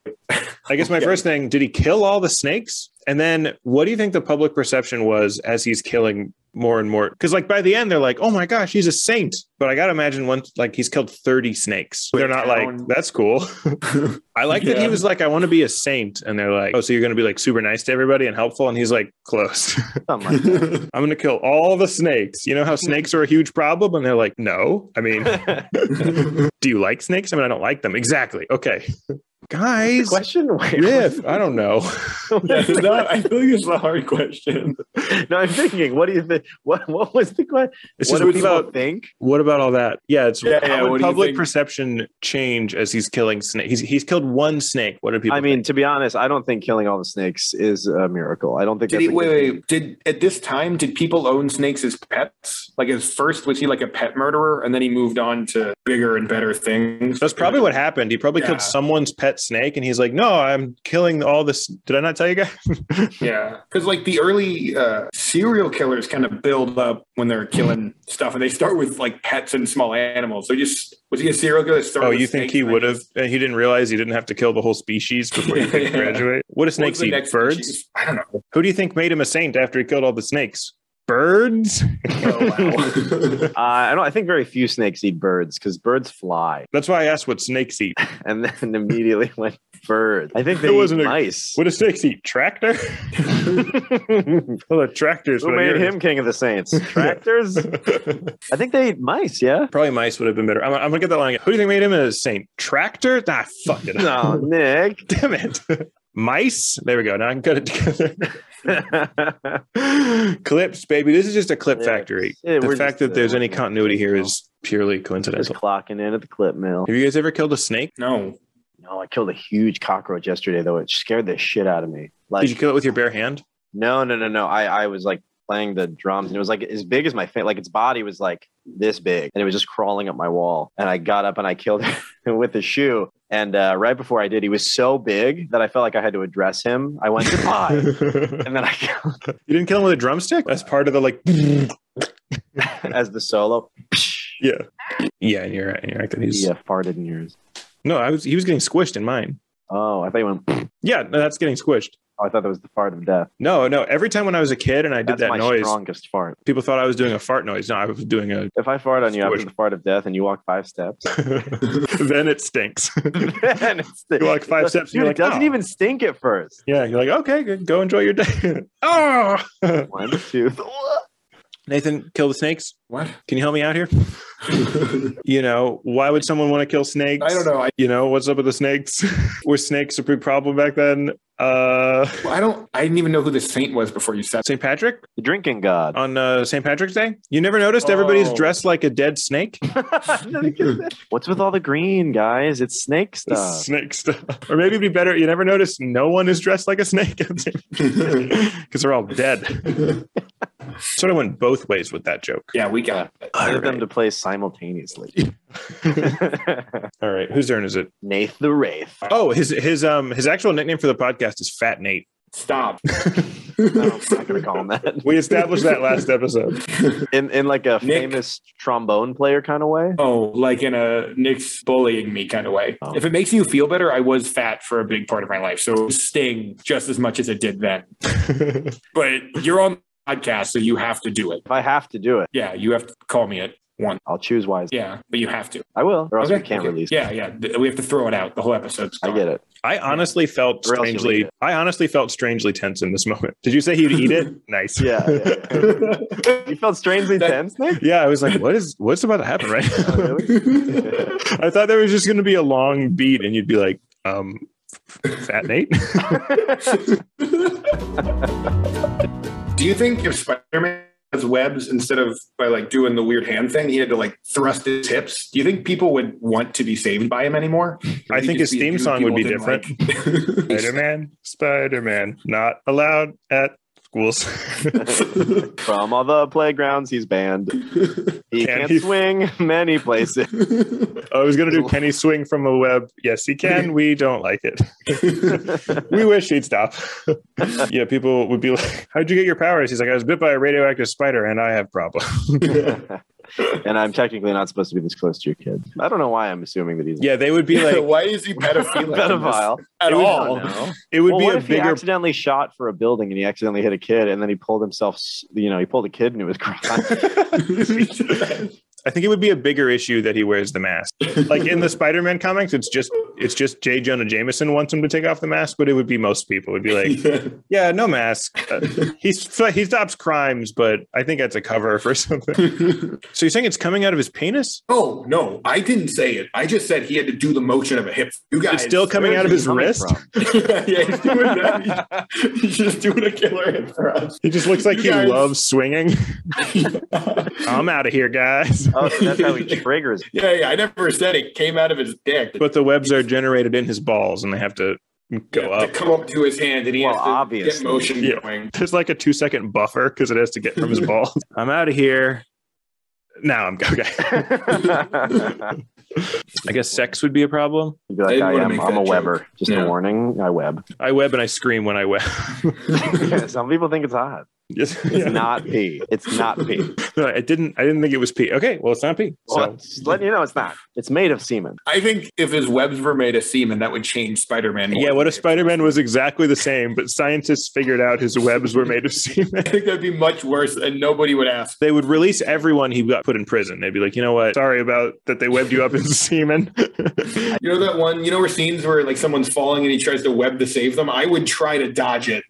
A: I guess my first thing: did he kill all the snakes? And then, what do you think the public perception was as he's killing more and more? Because, like, by the end, they're like, "Oh my gosh, he's a saint!" But I gotta imagine once, like, he's killed thirty snakes. They're not like, "That's cool." I like that he
C: Yeah.
A: was like, "I want to be a saint," and they're like, "Oh, so you're gonna be like super nice to everybody and helpful?" And he's like, "Close.
B: Something like
C: That's
A: I'm gonna kill all the snakes." You know how snakes are a huge problem? And they're like, "No, I mean."
B: that.
A: do you like snakes? I mean, I don't like them. Exactly. Okay. Guys,
B: Question? Wait,
A: riff. I don't know.
C: not, I feel like it's a hard question.
B: no, I'm thinking. What do you think? What What was the question?
A: This
B: what
A: is
B: do people
A: about
B: think?
A: what about all that? Yeah, it's
C: Yeah, yeah,
A: how
C: what
A: would
C: do you
A: public
C: think?
A: perception change as he's killing snake? He's he's killed one snake. What do people?
B: I mean, to be honest, I don't think killing all the snakes is a miracle. I don't think.
C: Did
B: that's
C: he,
B: a
C: wait,
B: good
C: wait,
B: thing.
C: wait. Did at this time did people own snakes as pets? Like, at first was he like a pet murderer, and then he moved on to bigger and better things.
A: that's probably what happened. He probably
C: Yeah.
A: killed someone's pet snake, and he's like, "No, I'm killing all this." Did I not tell you guys?
C: Yeah, because like the early uh, serial killers kind of build up when they're killing stuff, and they start with like pets and small animals. So just was he a serial killer? that started
A: Oh,
C: with
A: you think
C: snakes
A: he
C: and then
A: would have? and He didn't realize he didn't have to kill the whole species before he could
C: Yeah.
A: graduate. What do
C: just- what was
A: snakes
C: the
A: eat?
C: next
A: Birds.
C: species? I don't know.
A: Who do you think made him a saint after he killed all the snakes? Birds.
C: Oh, wow.
B: Uh, I don't. I think very few snakes eat birds because birds fly,
A: That's why I asked what snakes eat.
B: and then immediately went birds. I think they
A: It
B: eat
A: wasn't a-
B: mice.
A: What does snakes eat? Tractor?
B: Who
A: Well, the tractors. would have
B: made him king of the saints? Tractors.
A: given-
B: I think they eat mice. Yeah.
A: Probably mice would have been better. I'm, I'm gonna get that line. Who do you think made him a saint? Tractor? Nah, fuck it.
B: No, Nick.
A: Damn it. Mice? There we go. Now I can cut it together. Clips, baby. This is just a clip
B: Yeah.
A: factory.
B: Yeah,
A: the
B: we're
A: fact
B: just,
A: that there's
B: uh,
A: any continuity here is purely
B: Just
A: coincidental.
B: clocking in at the clip mill.
A: Have you guys ever killed a snake?
C: no,
B: No, I killed a huge cockroach yesterday, though. It scared the shit out of me.
A: Did you
B: Like,
A: kill it with your bare hand?
B: no, no, no, no. I, I was like playing the drums, and it was like as big as my face. Like its body was like this big, and it was just crawling up my wall. And I got up and I killed it with a shoe. And uh, right before I did, he was so big that I felt like I had to address him. I went goodbye,
A: you
B: and then I killed
A: didn't kill him with a drumstick? That's part of the like.
B: as the solo.
A: yeah. Yeah, and you're right. And you're right that he's.
B: He uh, farted in yours.
A: No, I was. He was getting squished in mine.
B: Oh, I thought you went. Oh,
A: Yeah, no, that's getting squished.
B: I thought that was the fart of death.
A: No, no. Every time when I was a kid and I did
B: That's
A: that
B: my
A: noise,
B: strongest fart.
A: people thought I was doing a fart noise. No, I was doing a.
B: If I fart on you after
A: Squish.
B: the fart of death, and you walk five steps,
A: then it stinks.
B: then it's
A: You walk five steps and
B: Dude,
A: you're
B: it
A: like,
B: doesn't
A: "Oh."
B: even stink at first.
A: yeah, you're like, okay, good. Go enjoy your day. oh,
B: One, two.
A: Nathan, kill the snakes.
C: what?
A: Can you help me out here?
C: I
A: You know, why would someone want to kill snakes?
C: don't know. I,
A: You know, what's up with the snakes? Were snakes a big problem back then? Uh,
C: I don't. I didn't even know who the saint was before you said.
A: St. Patrick
B: The drinking god.
A: on uh, St. Patrick's Day. You never noticed everybody's
C: Oh.
A: dressed like a dead snake?
B: What's with all the green, guys? It's snake stuff.
A: snake stuff. Or maybe it'd be better. You never notice no one is dressed like a snake because they're all dead. Sort of went both ways with that joke.
C: yeah, we got. it.
B: I
A: All
B: need them
A: right.
B: to play simultaneously.
A: All right. Whose turn is it?
B: Nath the Wraith.
A: Oh, his his um his actual nickname for the podcast is Fat Nate.
C: Stop.
B: No, I'm not going to call him that.
A: We established that last episode.
B: In, in like a
C: Nick.
B: famous trombone player kind of way.
C: Oh, like in a Nick's bullying me kind of way.
B: Oh.
C: If it makes you feel better, I was fat for a big part of my life. So it would sting just as much as it did then. But you're on the podcast, so you have to do it.
B: If I have to do it,
C: Yeah, you have to call me at one.
B: I'll choose wisely.
C: Yeah, but you have to.
B: I will, or else we
C: Okay,
B: can't
C: okay.
B: release.
C: Yeah, yeah. Th- We have to throw it out. The whole episode's
B: it. I
C: gone.
B: get it.
A: I honestly felt
B: Or else you'll eat
A: strangely.
B: it.
A: I honestly felt strangely tense in this moment. Did you say he'd eat it? Nice.
B: Yeah. yeah, yeah. you felt strangely
C: That-
B: tense, Nick?
A: Yeah, I was like, what is what's about to happen right now?
B: Oh, really?
A: I thought there was just going to be a long beat, and you'd be like, um, "Fat Nate."
C: Do you think if Spider Man has webs instead of by like doing the weird hand thing, he had to like thrust his hips? Do you think people would want to be saved by him anymore? Or
A: I
C: he'd
A: think
C: just
A: his
C: be a
A: theme
C: dude
A: song would be
C: people didn't like?
A: Spider Man, Spider Man, not allowed at schools.
B: From all the playgrounds, he's banned. He
A: Can
B: can't
A: he-
B: swing many places.
A: I was going to do "Can he swing from a web?" Yes, he can. We don't like it. we wish he'd stop. yeah, people would be like, "How'd you get your powers?" He's like, "I was bit by a radioactive spider, and I have problems."
B: and I'm technically not supposed to be this close to your kid. I don't know why I'm assuming that he's
A: Yeah, they would be like
C: Why is he pedophile?
B: pedophile.
C: at
A: It was-
C: all?
B: I don't know.
A: it would
B: well,
A: be
B: what
A: a
B: if he
A: bigger
B: accidentally shot for a building and he accidentally hit a kid and then he pulled himself, s- you know, he pulled a kid into his crotch.
A: I think it would be a bigger issue that he wears the mask. Like in the Spider-Man comics, it's just it's just J. Jonah Jameson wants him to take off the mask, but it would be most people would be like, yeah, no mask. Uh, he's he stops crimes, but I think that's a cover for something. So you're saying it's coming out of his penis?
C: oh no, I didn't say it. I just said he had to do the motion of a hip. You guys
A: It's still coming
B: Where
A: out of his
B: is he coming
A: wrist.
B: from?
C: yeah, he's doing that. He's just doing a killer hip thrust.
A: He just looks like
C: You
A: he
C: guys-
A: loves swinging. I'm out of here, guys.
B: Oh, so that's how he triggers.
C: Yeah, yeah. I never said it came out of his dick.
A: But the webs are generated in his balls, and they have to go
C: Yeah,
A: up.
C: To come up to his hand, and he
B: Well,
C: has to
B: obviously.
C: get motion
A: Yeah.
C: going.
A: There's like a two second buffer because it has to get from his balls. I'm out of here. Now I'm okay.
B: You'd
A: I guess sex would be a problem.
B: be like,
C: didn't
B: I
C: wanna
B: am.
C: make
B: I'm
C: that
B: a
C: joke.
B: Weber. Just
C: Yeah.
B: a warning. I web.
A: I web and I scream when I web.
B: Some people think it's hot.
A: Yes.
B: It's
A: Yeah.
B: not pee. It's not pee.
A: No, I didn't. I didn't think it was pee. Okay, well it's not pee. So
B: Well, just letting you know it's not. It's made of semen.
C: I think if his webs were made of semen, that would change Spider-Man. more
A: yeah,
C: than
A: what if
C: it-
A: Spider-Man was exactly the same, but scientists figured out his webs were made of semen?
C: I think that'd be much worse, and nobody would ask.
A: They would release everyone he got put in prison. They'd be like, you know what? Sorry about that. They webbed you up in semen.
C: You know that one? You know where scenes where like someone's falling and he tries to web to save them. I would try to dodge it.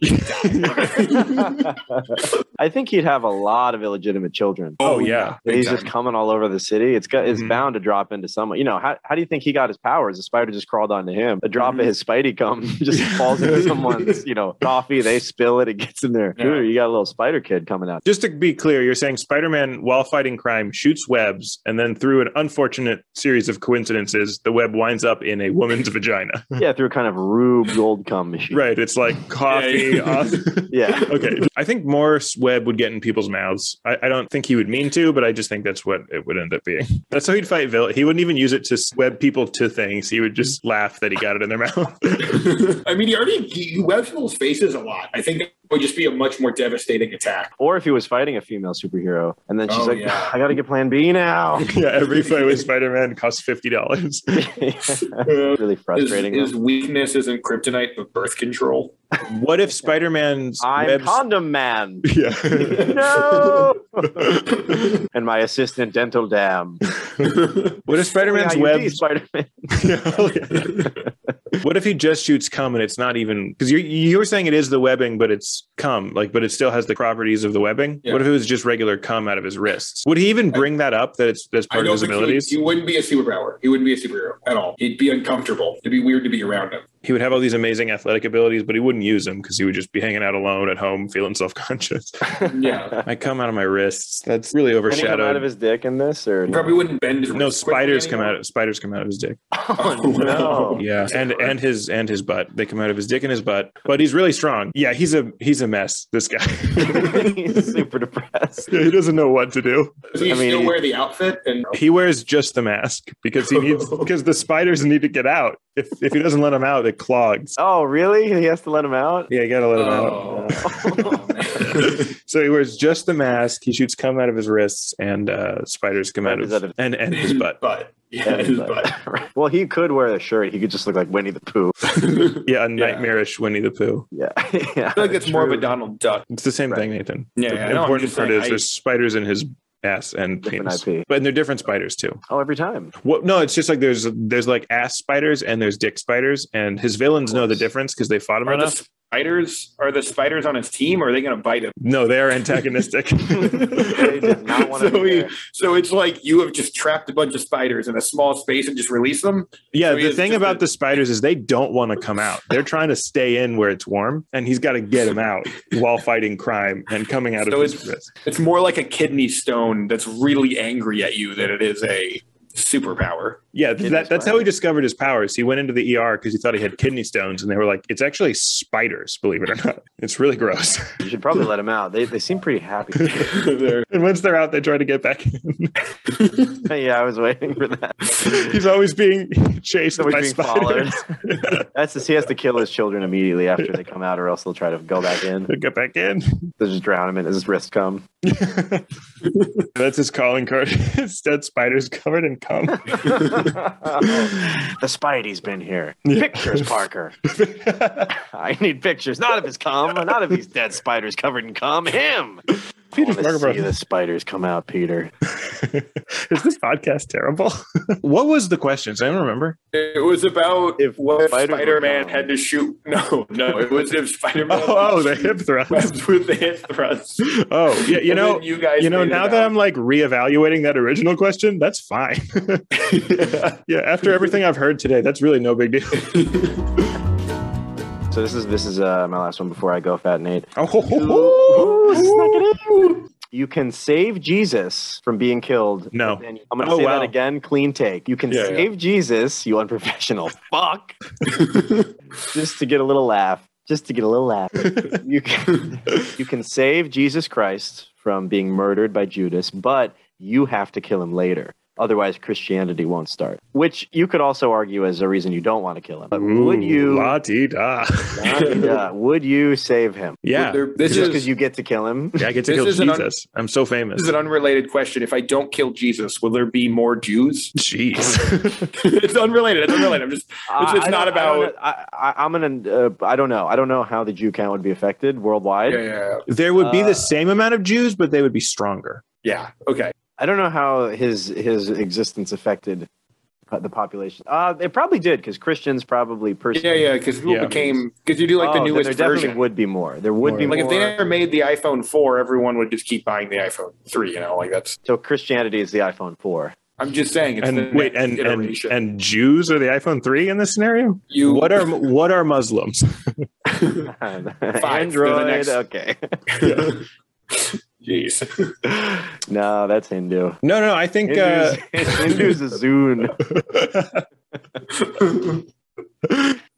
B: I think he'd have a lot of illegitimate children.
A: oh yeah.
B: But he's just coming all over the city. It's got, it's
A: Mhm.
B: bound to drop into someone. You know, how, how do you think he got his powers? The spider just crawled onto him. A drop
C: Mhm.
B: of his spidey cum just falls into someone's, you know, coffee. They spill it. It gets in there.
C: Yeah.
B: Ooh, you got a little spider kid coming out.
A: Just to be clear, you're saying Spider-Man, while fighting crime, shoots webs, and then through an unfortunate series of coincidences, the web winds up in a woman's vagina.
B: Yeah, through a kind of rube gold cum machine.
A: Right? It's like coffee.
C: Yeah.
B: Yeah.
A: okay. I think Morris Webb would get in people's mouths. I, I don't think he would mean to, but I just think that's what it would end up being. That's how he'd fight Vill. He wouldn't even use it to s- web people to things. He would just laugh that he got it in their mouth.
C: I mean, he already he he webs people's faces a lot. I think it would just be a much more devastating attack.
B: Or if he was fighting a female superhero and then she's
C: Oh,
B: like,
C: yeah.
B: I got to get plan B now.
A: yeah, every fight with Spider Man costs fifty dollars.
C: Uh,
B: really
C: his,
B: frustrating.
C: his weakness isn't kryptonite, but birth control.
A: What if Spider Man's
B: I'm
A: webs?
B: condom man.
A: yeah.
B: No. and my assistant dental dam.
A: What if Spider Man's
B: Yeah, you be
A: webs?
B: Spider-Man.
A: what if he just shoots cum and it's not even because you you were saying it is the webbing, but it's cum like, but it still has the properties of the webbing.
C: Yeah.
A: What if it was just regular cum out of his wrists? Would he even bring that up that it's that's
C: I
A: part
C: don't
A: of his
C: think he, would,
A: abilities?
C: he wouldn't be a superpower. He wouldn't be a superhero at all. He'd be uncomfortable. It'd be weird to be around him.
A: He would have all these amazing athletic abilities, but he wouldn't use them because he would just be hanging out alone at home, feeling self conscious.
C: Yeah.
A: I cum out of my wrists. That's really
B: Can he come
A: overshadowed.
B: out of his dick in this or
C: He probably wouldn't bend his
A: no
C: wrist quickly
A: spiders come
C: anymore.
A: out. Spiders come out of his dick.
B: Oh, no.
A: Yeah, and and his and his butt. They come out of his dick and his butt. But he's really strong. Yeah, he's a he's a mess. This guy.
B: He's super depressed.
A: Yeah, he doesn't know what to do.
C: Does he
B: I mean,
C: still
B: he-
C: wear the outfit? And
A: He wears just the mask because he needs because the spiders need to get out. If if he doesn't let them out, it clogs.
B: Oh, really? He has to let him out?
A: Yeah, you gotta let him
C: Oh.
A: out. so he wears just the mask. He shoots cum out of his wrists, and uh, spiders come out
B: Spiders
A: of,
B: out of-
A: and and his butt.
C: butt. Yeah,
B: his
C: his
B: butt.
C: butt.
B: Well, he could wear a shirt. He could just look like Winnie the Pooh.
A: Yeah, a
C: Yeah.
A: nightmarish Winnie the Pooh.
B: Yeah. yeah.
C: I feel like that's more of a
A: True.
C: Donald Duck.
A: It's the same
B: Right.
A: thing, Nathan.
C: Yeah, I
A: the
C: know, I'm
A: important
C: just
A: part
C: saying,
A: is
C: I-
A: there's spiders in his ass and
B: Different
A: penis.
B: IP.
A: But and they're different spiders too.
B: Oh, every time.
A: What? No, it's just like there's there's like ass spiders and there's dick spiders, and his villains know the difference because they fought him
C: Are the
A: enough.
C: spiders are the spiders on his team? Or are they going to bite him?
A: No, they are antagonistic.
B: They did not want to
C: so,
B: be
C: he,
B: there.
C: so it's like you have just trapped a bunch of spiders in a small space and just release them.
A: yeah,
C: So he
A: the
C: is
A: thing
C: just
A: about
C: a-
A: the spiders is they don't want to come out. They're trying to stay in where it's warm, and he's got to get them out while fighting crime and coming out
C: So
A: of his
C: it's-
A: wrist.
C: It's more like a kidney stone that's really angry at you than it is a superpower.
A: Yeah,
B: Kidney
A: that, that's how
B: spider.
A: he discovered his powers. He went into the ER because he thought he had kidney stones, and they were like, "It's actually spiders, believe it or not. It's really gross."
B: You should probably let them out. They, they seem pretty happy.
C: There.
A: and once they're out, they try to get back in.
B: yeah, I was waiting for that.
A: He's always being chased by
B: Someone's being
A: spiders.
B: followed. That's just, he has to kill his children immediately after they come out, or else they'll try to go back in.
A: They Get back in.
B: They'll just drown him in his wrist cum.
A: That's his calling card. it's dead spiders covered in cum.
B: the Spidey's been here.
A: Yeah.
B: Pictures, Parker.
A: Peter
B: I need pictures, not of his cum, not of these dead spiders covered in cum. Him. I want to see
A: Parker.
B: the spiders come out, Peter.
A: Is this podcast terrible? what was the question? I don't remember.
C: It was about
B: If
C: if what
B: Spider-Man-
C: Spider Man had to shoot. No, no, it was if Spider Man.
A: Oh, oh the hip thrust.
C: thrust with the hip thrust.
A: Oh, yeah. You
C: And
A: know,
C: then you guys.
A: you know,
C: made it
A: now that I'm like reevaluating that original question, that's fine.
C: out.
A: yeah, after everything I've heard today, that's really no big deal.
B: So this is this is uh, my last one before I go, Fat Nate.
A: Oh, ho, ho, ho.
B: Ooh, snuck it in. You can save Jesus from being killed.
A: No.
B: And I'm going to
A: Oh,
B: say
A: wow.
B: that again, clean take. You can
C: Yeah, yeah.
B: save Jesus, you unprofessional fuck, just to get a little laugh. Just to get a little laugh. you, can, you can save Jesus Christ from being murdered by Judas, but you have to kill him later. Otherwise, Christianity won't start, which you could also argue as a reason you don't want to kill him. But would you?
A: La dee da.
B: Yeah, would you save him?
A: Yeah.
C: There- this
B: Just because
C: is.
B: you get to kill him?
A: Yeah, I get to
C: This
A: kill
C: is an un-
A: Jesus. I'm so famous.
C: This is an unrelated question. If I don't kill Jesus, will there be more Jews?
A: Jeez.
C: it's unrelated. It's unrelated. I'm just It's- it's
B: I- I
C: not
B: don't- I don't
C: about-
B: know. I, I, I'm gonna. Uh, I don't know. I don't know how the Jew count would be affected worldwide.
C: yeah, yeah,
A: there would be
B: Uh,
A: the same amount of Jews, but they would be stronger.
C: yeah. Okay.
B: I don't know how his his existence affected uh, the population. Uh, it probably did because Christians probably pers-
C: Yeah, yeah. Because people
A: Yeah.
C: became because you do like
B: Oh,
C: the
B: then
C: newest
B: There definitely
C: version.
B: would be more. There would be
C: Like if
B: more.
C: they never made the iPhone four, everyone would just keep buying the iPhone three. You know, like that's.
B: so Christianity is the iPhone four.
C: I'm just saying. It's the
A: And wait,
C: next
A: and, and
C: iteration.
A: and Jews are the iPhone 3 in this scenario?
C: you
A: What are what are Muslims?
B: Android.
C: next-
B: Okay.
C: Jeez.
B: no, that's Hindu.
A: No, no, I think uh,
B: Hindu's, Hindu's a Zune.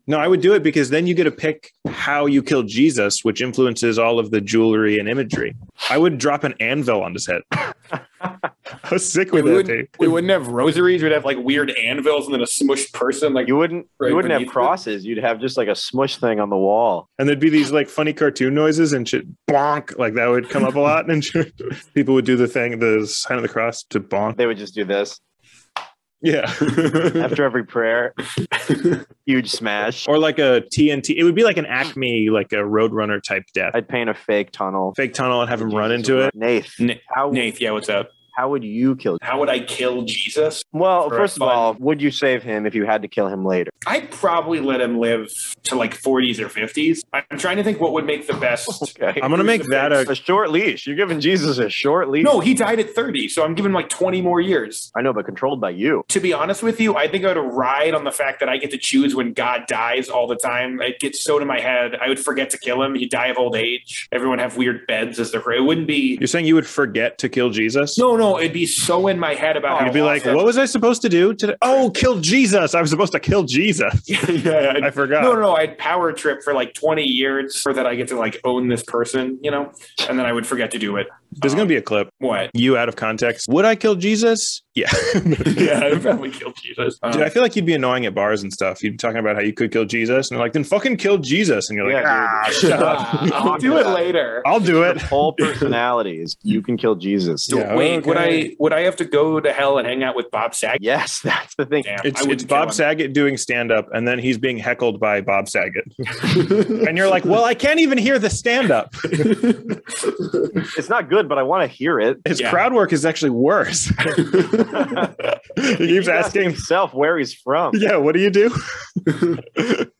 A: No, I would do it because then you get to pick how you kill Jesus, which influences all of the jewelry and imagery. I would drop an anvil on his head. How sick
C: we,
A: would that
C: wouldn't,
A: be?
C: we wouldn't have rosaries. We'd have like weird anvils and then a smushed person. Like
B: You wouldn't.
C: Right
B: you wouldn't have
C: beneath it.
B: crosses. You'd have just like a smush thing on the wall.
A: And there'd be these like funny cartoon noises and shit, bonk, like that would come up a lot. And shit. people would do the thing, the sign of the cross to bonk.
B: They would just do this
A: Yeah.
B: after every prayer. Huge smash.
A: or like a TNT. It would be like an Acme, like a Roadrunner type death.
B: I'd paint a fake tunnel.
A: Fake tunnel and have him run into it.
B: Nath,
C: Na-
B: how
C: Nath, yeah, what's up?
B: how would you kill?
C: How would I kill Jesus?
B: Well,
C: For a
B: first of
C: fun-
B: all, would you save him if you had to kill him later?
C: I'd probably let him live to like 40s or 50s. I'm trying to think what would make the best.
B: Okay.
A: I'm going to make that a
B: a short leash. You're giving Jesus a short leash.
C: No, he died at 30, so I'm giving him like 20 more years.
B: I know, but controlled by you.
C: To be honest with you, I think I would ride on the fact that I get to choose when God dies all the time. It gets so to my head. I would forget to kill him. He'd die of old age. Everyone have weird beds as their. It wouldn't be.
A: You're saying you would forget to kill Jesus?
C: No, no, it'd be so in my head about.
B: Oh,
C: how
A: You'd be like,
C: awesome-
A: what was I supposed to do today? Oh, kill Jesus. I was supposed to kill Jesus.
C: yeah, yeah, I'd-
A: I forgot.
C: No, no, no. I had power trip for like 20 years for that I get to like own this person, you know? And then I would forget to do it.
A: There's going to be a clip.
C: What?
A: You out of context. Would I kill Jesus? Yeah.
C: yeah, I would probably kill Jesus. Um,
A: Dude, I feel like you'd be annoying at bars and stuff. You'd be talking about how you could kill Jesus, and they're like, then fucking kill Jesus. And you're like,
B: Yeah,
A: ah,
B: dude.
A: shut up.
C: I'll do it later.
A: I'll do
B: Your
A: it.
B: whole personality is you can kill Jesus.
C: So
A: Yeah,
C: wait, would
A: okay.
C: I would I have to go to hell and hang out with Bob Saget?
B: Yes, that's the thing.
C: Damn,
A: It's,
C: I
A: it's
C: wouldn't
A: Bob
C: kill him.
A: Saget doing stand up, and then he's being heckled by Bob Saget. and you're like, well, I can't even hear the stand up.
B: It's not good, but I want to hear it.
A: His
C: Yeah.
A: crowd work is actually worse. he keeps
B: He asked
A: asking,
B: himself where he's from.
A: yeah, what do you do?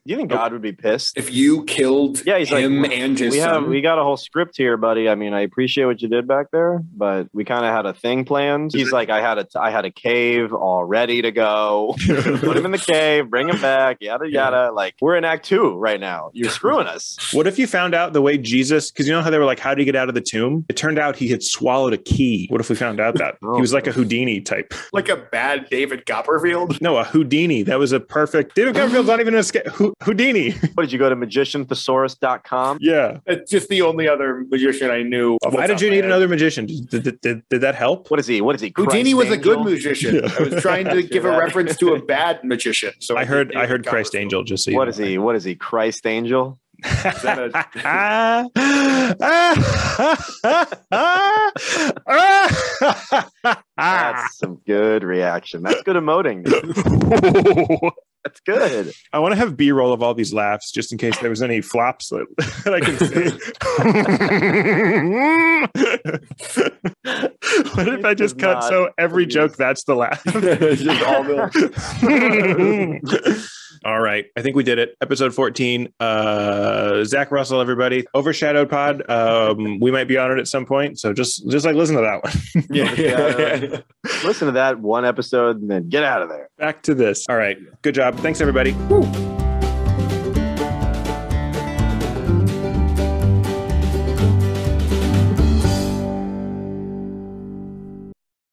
B: you think God would be pissed?
C: If you killed
B: Yeah, he's like,
C: him and his
B: we have
C: son,
B: we got a whole script here, buddy. I mean, I appreciate what you did back there, but we kind of had a thing planned. He's like, I had a I had a cave all ready to go. Put him in the cave, bring him back, yada yada. Like we're in Act Two right now. You're screwing us.
A: What if you found out the way Jesus, because you know how they were like, how do you get out of the tomb? It turned out he had swallowed a key. What if we found out that?
B: Oh.
A: He was like a Houdini type.
C: like a bad David Copperfield.
A: No, a Houdini. That was a perfect. David Copperfield's not even a sca- Hou- Houdini.
B: What did you go to magicianthesaurus.com?
A: yeah.
C: That's just the only other magician I knew. off the
A: Why
C: top
A: did
C: of
A: you
C: my
A: need
C: head.
A: another magician? Did, did, did, did that help?
B: What is he? What is he?
C: Houdini
B: Christ
C: was a
B: angel?
C: good magician.
A: Yeah.
C: I was trying to give a
B: Yeah.
C: reference to a bad magician. So
A: I heard.
C: did
A: I
C: David
A: heard Christ
C: Copperfield.
A: Angel. Just so you
B: What
A: know.
B: is he? What is he? Christ angel?
C: Ah.
B: That's some good reaction. That's good emoting. dude. That's good.
A: I want to have B roll of all these laughs just in case there was any flops that, that I can see. what if I just
B: It does
A: cut
B: not
A: so every
B: produce-
A: joke that's the laugh?
C: Just all the-
A: All right. I think we did it. Episode 14. Uh Zach Russell, everybody. Overshadowed pod. Um, we might be on it at some point. So just just like listen to that one.
C: Yeah, yeah.
B: Listen to that one episode and then get out of there.
A: Back to this. All right. Good job. Thanks everybody.